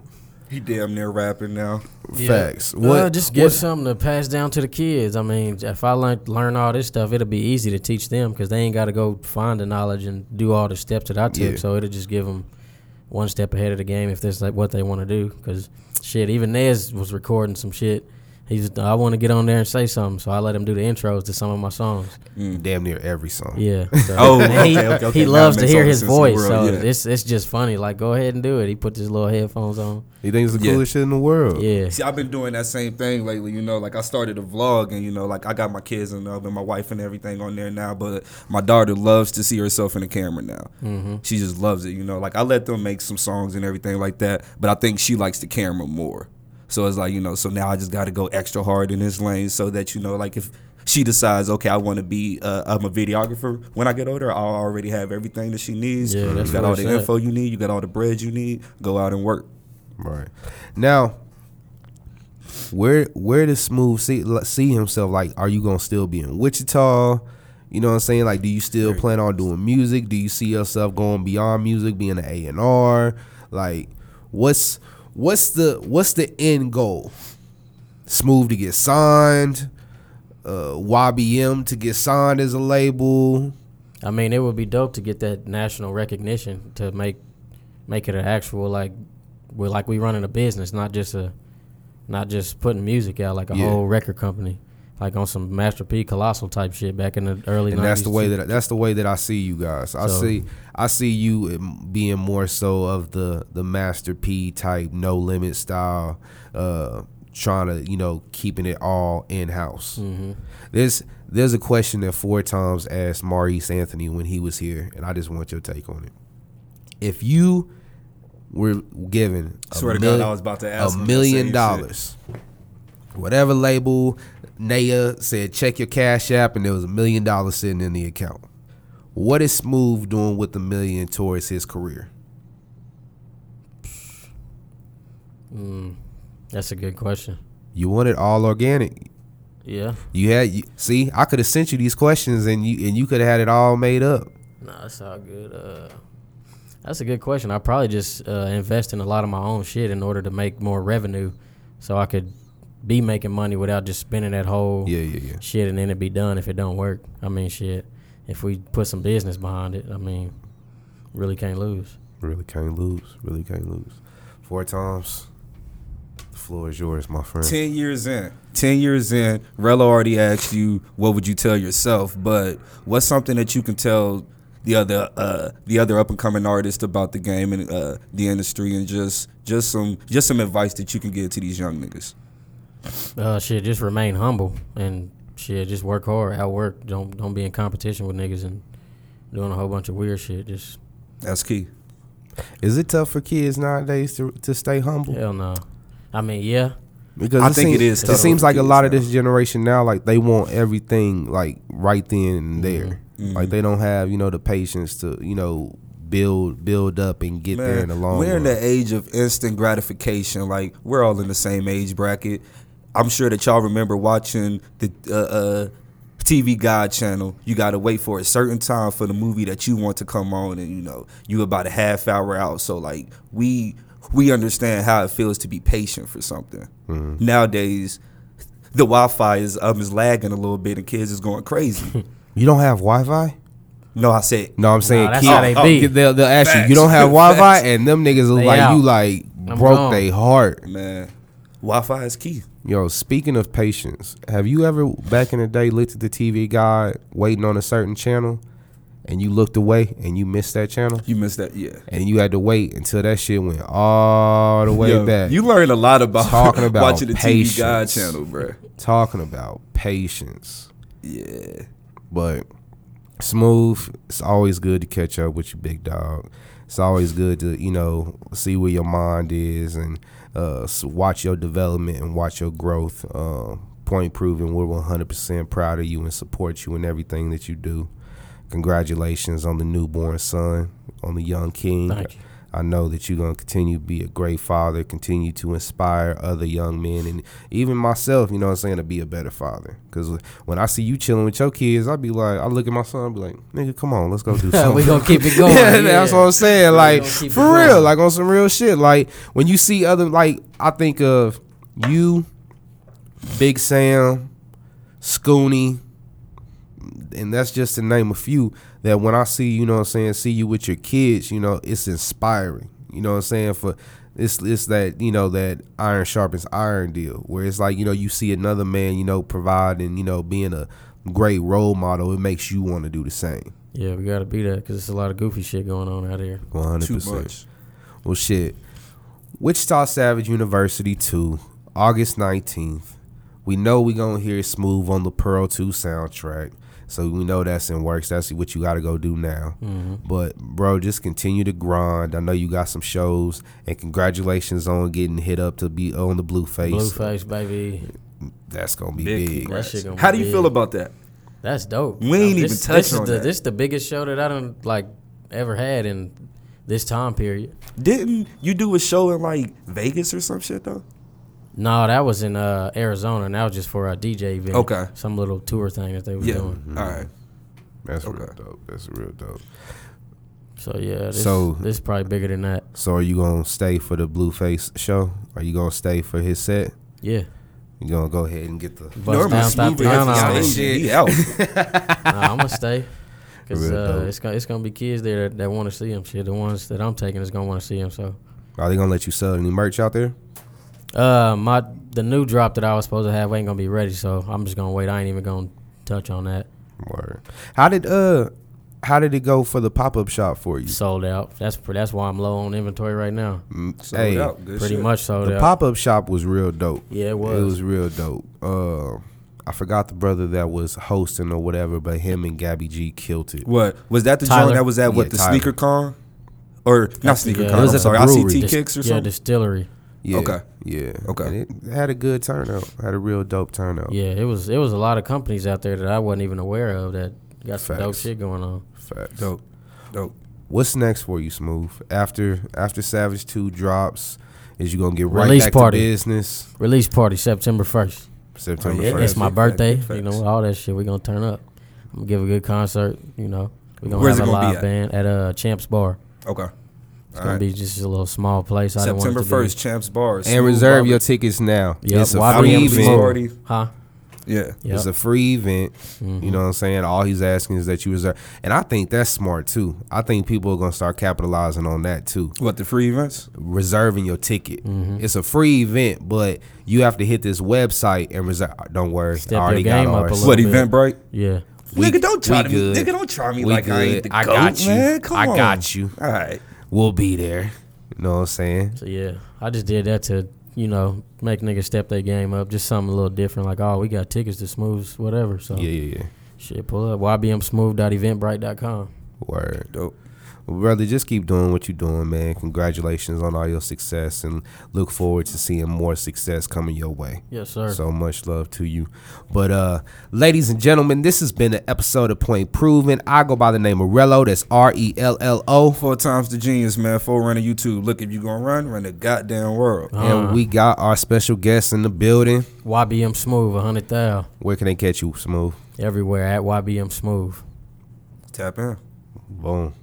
Speaker 1: He damn near rapping now.
Speaker 2: Facts.
Speaker 3: What?
Speaker 2: What?
Speaker 3: Uh, just
Speaker 2: what-
Speaker 3: give something to pass down to the kids. I mean, if I learn learn all this stuff, it'll be easy to teach them because they ain't got to go find the knowledge and do all the steps that I took.
Speaker 2: Yeah.
Speaker 3: So it'll just give them one step ahead of the game if that's like what they want to do. Because shit, even Nez was recording some shit He just I want to get on there and say something, so I let him do the intros to some of my songs.
Speaker 2: Damn near every song.
Speaker 3: Yeah. so-
Speaker 1: Oh,
Speaker 3: And he,
Speaker 1: okay, okay, okay.
Speaker 3: he
Speaker 1: Now it
Speaker 3: loves to
Speaker 1: makes
Speaker 3: hear
Speaker 1: all the
Speaker 3: his
Speaker 1: sense in the
Speaker 3: voice,
Speaker 1: world,
Speaker 3: so
Speaker 1: yeah.
Speaker 3: it's it's just funny. Like, go ahead and do it. He put his little headphones on.
Speaker 2: He thinks it's the
Speaker 1: Yeah.
Speaker 2: coolest shit in the world.
Speaker 3: Yeah.
Speaker 1: See, I've been doing that same thing lately. You know, like I started a vlog, and you know, like I got my kids and, uh, and my wife and everything on there now. But my daughter loves to see herself in the camera now.
Speaker 3: Mm-hmm.
Speaker 1: She just loves it. You know, like I let them make some songs and everything like that. But I think she likes the camera more. So it's like you know, so now I just got to go extra hard in this lane so that you know, like if she decides, okay, I want to be, uh, I'm a videographer. When I get older, I'll already have everything that she needs.
Speaker 3: Yeah, that's
Speaker 1: you got
Speaker 3: what
Speaker 1: all
Speaker 3: I
Speaker 1: the
Speaker 3: said.
Speaker 1: info you need. You got all the bread you need. Go out and work.
Speaker 2: Right. Now, where where does Smooth see like, see himself? Like, are you gonna still be in Wichita? You know what I'm saying? Like, do you still plan on doing music? Do you see yourself going beyond music, being an A and R? Like, what's what's the what's the end goal? Smooth to get signed, uh, YBM to get signed as a label.
Speaker 3: I mean, it would be dope to get that national recognition to make make it an actual like we're like we running a business, not just a not just putting music out like a
Speaker 2: Yeah.
Speaker 3: whole record company, like on some Master P Colossal type shit back in the early.
Speaker 2: and that's the
Speaker 3: 90s,
Speaker 2: way
Speaker 3: too.
Speaker 2: that that's the way that I see you guys. I
Speaker 3: So-
Speaker 2: see I see you in- being more so of the the Master P type, no limit style, uh, trying to you know keeping it all in house.
Speaker 3: Mm-hmm.
Speaker 2: There's there's a question that four times asked Maurice Anthony when he was here, and I just want your take on it. If you were given a
Speaker 1: Swear to
Speaker 2: mil-
Speaker 1: God, I was about to ask
Speaker 2: a
Speaker 1: him that same
Speaker 2: million
Speaker 1: shit.
Speaker 2: dollars whatever label Naya said, check your cash app, and there was a million dollars sitting in the account. What is Smooth doing with the million towards his career?
Speaker 3: That's a good question.
Speaker 2: You want it all organic.
Speaker 3: Yeah.
Speaker 2: You had you, see, I could have sent you these questions, and you and you could have had it all made up.
Speaker 3: No, that's all good. Uh, that's a good question. I probably just uh, invest in a lot of my own shit in order to make more revenue, so I could be making money without just spending that whole
Speaker 2: Yeah, yeah, yeah.
Speaker 3: shit and then it be done if it don't work. I mean, shit. If we put some business behind it, I mean, really can't lose.
Speaker 2: Really can't lose. Really can't lose. Four times. The floor is yours, my friend.
Speaker 1: Ten years in. Ten years in. Rella already asked you what would you tell yourself, but what's something that you can tell the other uh, the other up and coming artist about the game and uh, the industry and just just some just some advice that you can give to these young niggas.
Speaker 3: Uh, shit, just remain humble and shit, just work hard, outwork. Don't don't be in competition with niggas and doing a whole bunch of weird shit. Just
Speaker 1: That's key.
Speaker 2: Is it tough for kids nowadays to to stay humble?
Speaker 3: hell no. I mean, yeah,
Speaker 2: Because
Speaker 1: I think it is
Speaker 2: It
Speaker 1: tough
Speaker 2: seems
Speaker 1: for
Speaker 2: like a
Speaker 1: kids
Speaker 2: lot of
Speaker 1: now.
Speaker 2: this generation now, like they want everything like right then
Speaker 3: Mm-hmm.
Speaker 2: and there. Like they don't have you know the patience to you know build build up and get there in the long
Speaker 1: we're
Speaker 2: run.
Speaker 1: in the age of instant gratification. Like we're all in the same age bracket. I'm sure that y'all remember watching the uh, uh, TV Guide channel. You got to wait for a certain time for the movie that you want to come on, and you know you about a half hour out. So like we we understand how it feels to be patient for something.
Speaker 2: Mm-hmm.
Speaker 1: Nowadays, the Wi-Fi is um is lagging a little bit, and kids is going crazy.
Speaker 2: you don't have Wi Fi.
Speaker 1: no, I said
Speaker 2: No, I'm saying
Speaker 3: that's
Speaker 2: kids.
Speaker 3: how they
Speaker 2: oh,
Speaker 3: be.
Speaker 2: They'll, they'll ask you.
Speaker 1: Facts.
Speaker 2: You don't have Wi Fi,
Speaker 1: Facts.
Speaker 2: and them niggas look
Speaker 3: They
Speaker 2: like
Speaker 3: out.
Speaker 2: you like
Speaker 3: I'm
Speaker 2: broke
Speaker 3: gone.
Speaker 2: they heart.
Speaker 1: man, Wi-Fi is key.
Speaker 2: Yo, speaking of patience, have you ever back in the day looked at the TV guide waiting on a certain channel, and you looked away and you missed that channel?
Speaker 1: You missed that, yeah.
Speaker 2: and you had to wait until that shit went all the way
Speaker 1: Yo,
Speaker 2: back.
Speaker 1: You learn a lot about
Speaker 2: Talking about
Speaker 1: watching the
Speaker 2: patience.
Speaker 1: TV Guide channel, bro.
Speaker 2: talking about patience,
Speaker 1: Yeah,
Speaker 2: but smooth. It's always good to catch up with you, big dog. It's always good to you know see where your mind is and uh, s- watch your development and watch your growth. Uh, point proven, we're one hundred percent proud of you and support you in everything that you do. Congratulations on the newborn son, on the young king.
Speaker 3: Thank you.
Speaker 2: I know that you're going to continue to be a great father, continue to inspire other young men, and even myself, you know what I'm saying, to be a better father. Because when I see you chilling with your kids, I'll be like, I look at my son, i be like, nigga, come on, let's go do something.
Speaker 3: we gonna keep it going.
Speaker 2: yeah, that's what I'm saying.
Speaker 3: We
Speaker 2: Like
Speaker 3: gonna keep it
Speaker 2: for real,
Speaker 3: going.
Speaker 2: like on some real shit. Like when you see other, like I think of you, Big Sam, Scooney, and that's just to name a few. That when I see you know what I'm saying, see you with your kids, you know it's inspiring. You know what I'm saying for. it's it's that you know that iron sharpens iron deal where it's like you know you see another man you know providing you know being a great role model it makes you want to do the same.
Speaker 3: Yeah, we gotta be that because there's a lot of goofy shit going on out here.
Speaker 2: One hundred
Speaker 1: Too
Speaker 2: percent.
Speaker 1: much.
Speaker 2: Well, shit. Wichita Savage University 2, August 19th. We know we going to hear Smooth on the Pearl 2 soundtrack. So we know that's in works. That's what you got to go do now. But, bro, just continue to grind. I know you got some shows. And congratulations on getting hit up to be on the Blueface.
Speaker 3: Blueface, baby.
Speaker 2: That's going to be
Speaker 1: Big
Speaker 2: big.
Speaker 1: congrats.
Speaker 3: shit gonna be
Speaker 1: How do you
Speaker 3: big.
Speaker 1: feel about that?
Speaker 3: That's dope.
Speaker 1: We ain't
Speaker 3: this,
Speaker 1: even touched
Speaker 3: this is
Speaker 1: on
Speaker 3: the,
Speaker 1: that.
Speaker 3: This is the biggest show that I don't like ever had in this time period.
Speaker 1: Didn't you do a show in like Vegas or some shit though?
Speaker 3: No, that was in uh, Arizona, and that was just for a DJ event.
Speaker 1: Okay.
Speaker 3: some little tour thing that they were
Speaker 1: Yeah.
Speaker 3: doing.
Speaker 1: All right.
Speaker 2: That's real
Speaker 1: Okay.
Speaker 2: dope. That's real dope.
Speaker 3: So yeah, this,
Speaker 2: So-
Speaker 3: this is probably bigger than that.
Speaker 2: So are you going to stay for the Blueface show? Are you going to stay for his set?
Speaker 3: Yeah,
Speaker 2: You going to go ahead and get the...
Speaker 3: Bust down, stop
Speaker 1: Smooth
Speaker 3: the down
Speaker 1: is
Speaker 3: on
Speaker 1: on
Speaker 3: it.
Speaker 1: stage, he out.
Speaker 3: Nah, I'm gonna stay. Cause
Speaker 2: Real
Speaker 3: uh,
Speaker 2: dope.
Speaker 3: it's gonna it's gonna be kids there that, that want to see him. Shit, the ones that I'm taking is gonna want to see him. So,
Speaker 2: Are they gonna let you sell any merch out there?
Speaker 3: uh, my the new drop that I was supposed to have ain't gonna be ready. So I'm just gonna wait. I ain't even gonna touch on that.
Speaker 2: Word. How did uh how did it go for the pop up shop for you?
Speaker 3: Sold out. That's pr- that's why I'm low on inventory right now.
Speaker 1: Sold
Speaker 2: hey,
Speaker 1: out. Good
Speaker 3: Pretty
Speaker 1: shit.
Speaker 3: much sold
Speaker 2: the
Speaker 3: out.
Speaker 2: pop up shop was real dope.
Speaker 3: Yeah, it
Speaker 2: It
Speaker 3: was.
Speaker 2: was real dope. Uh, I forgot the brother that was hosting or whatever, but him and Gabby G killed it.
Speaker 1: What was that? The
Speaker 3: Tyler.
Speaker 1: joint that was at what
Speaker 2: Yeah,
Speaker 1: the
Speaker 2: Tyler.
Speaker 1: sneaker con, or not sneaker
Speaker 3: yeah.
Speaker 1: con?
Speaker 3: It was
Speaker 1: I'm
Speaker 2: at the
Speaker 1: sorry, ICT
Speaker 2: brewery.
Speaker 1: kicks or
Speaker 3: yeah,
Speaker 1: something.
Speaker 3: distillery.
Speaker 2: Yeah,
Speaker 1: Okay.
Speaker 2: Yeah.
Speaker 1: Okay.
Speaker 2: And it had a good turnout. Had a real dope turnout.
Speaker 3: Yeah, it was it was a lot of companies out there that I wasn't even aware of that got some dope
Speaker 2: Facts.
Speaker 3: shit going on.
Speaker 2: Facts.
Speaker 1: dope, dope.
Speaker 2: What's next for you, Smooth? After after Savage Two drops, is you gonna get right
Speaker 3: Release
Speaker 2: back
Speaker 3: party.
Speaker 2: to business?
Speaker 3: Release party September first.
Speaker 2: September
Speaker 1: Oh, yeah.
Speaker 2: first.
Speaker 3: It's my
Speaker 1: Big facts,
Speaker 3: birthday.
Speaker 1: big
Speaker 3: You
Speaker 1: facts.
Speaker 3: know all that shit. We gonna turn up. I'm gonna give a good concert. You know we gonna
Speaker 1: Where's
Speaker 3: have
Speaker 1: it
Speaker 3: a
Speaker 1: gonna be
Speaker 3: live
Speaker 1: at?
Speaker 3: band at uh Champs Bar.
Speaker 1: Okay,
Speaker 3: It's gonna be just a little small place. I didn't want it
Speaker 1: September
Speaker 3: to
Speaker 1: first, Champs Bars
Speaker 2: and reserve your tickets now.
Speaker 3: Yep,
Speaker 2: It's a
Speaker 3: Wobble
Speaker 2: free
Speaker 3: Yams
Speaker 1: Williams
Speaker 3: Yams
Speaker 2: event.
Speaker 3: Party.
Speaker 1: party.
Speaker 3: Be, huh?
Speaker 1: Yeah,
Speaker 3: Yep. Mm-hmm.
Speaker 2: It's a free event. You know what I'm saying? All he's asking is that you reserve. And I think that's smart too. I think people are going to start capitalizing on that too.
Speaker 1: what the free events?
Speaker 2: Reserving your ticket.
Speaker 3: Mm-hmm.
Speaker 2: It's a free event, but you have to hit this website and reserve. Don't worry.
Speaker 3: Step
Speaker 2: I already
Speaker 3: your game
Speaker 2: got
Speaker 3: up a
Speaker 2: ours.
Speaker 3: little
Speaker 1: What
Speaker 3: bit.
Speaker 1: Eventbrite?
Speaker 3: yeah.
Speaker 2: We-
Speaker 1: nigga, don't try
Speaker 2: we
Speaker 1: me.
Speaker 2: good.
Speaker 1: Nigga, don't try me
Speaker 2: We
Speaker 1: like I ain't
Speaker 2: good.
Speaker 1: the
Speaker 2: I
Speaker 1: goat,
Speaker 2: got you.
Speaker 1: man. Come
Speaker 2: I
Speaker 1: on.
Speaker 2: got you.
Speaker 1: All right.
Speaker 2: We'll be there. You know what I'm saying?
Speaker 3: So yeah, I just did that to you know make niggas step their game up. Just something a little different. Like oh, we got tickets to Smooths, whatever. So
Speaker 2: Yeah, yeah, yeah.
Speaker 3: shit, pull up ybmsmooth.eventbrite.com.
Speaker 2: Word.
Speaker 1: Dope.
Speaker 2: Well, brother, just keep doing what you're doing, man. Congratulations on all your success and look forward to seeing more success coming your way.
Speaker 3: Yes, sir.
Speaker 2: So much love to you. But uh ladies and gentlemen, this has been an episode of Point Proven. I go by the name of Rello. That's R E L L O.
Speaker 1: Four times the genius, man. Forerunner YouTube. Look, if you gonna run, run the goddamn world.
Speaker 3: Uh-huh.
Speaker 2: And we got our special guest in the building.
Speaker 3: YBM Smooth, a hundred thou
Speaker 2: Where can they catch you, Smooth?
Speaker 3: everywhere at YBM Smooth.
Speaker 1: Tap in.
Speaker 2: Boom.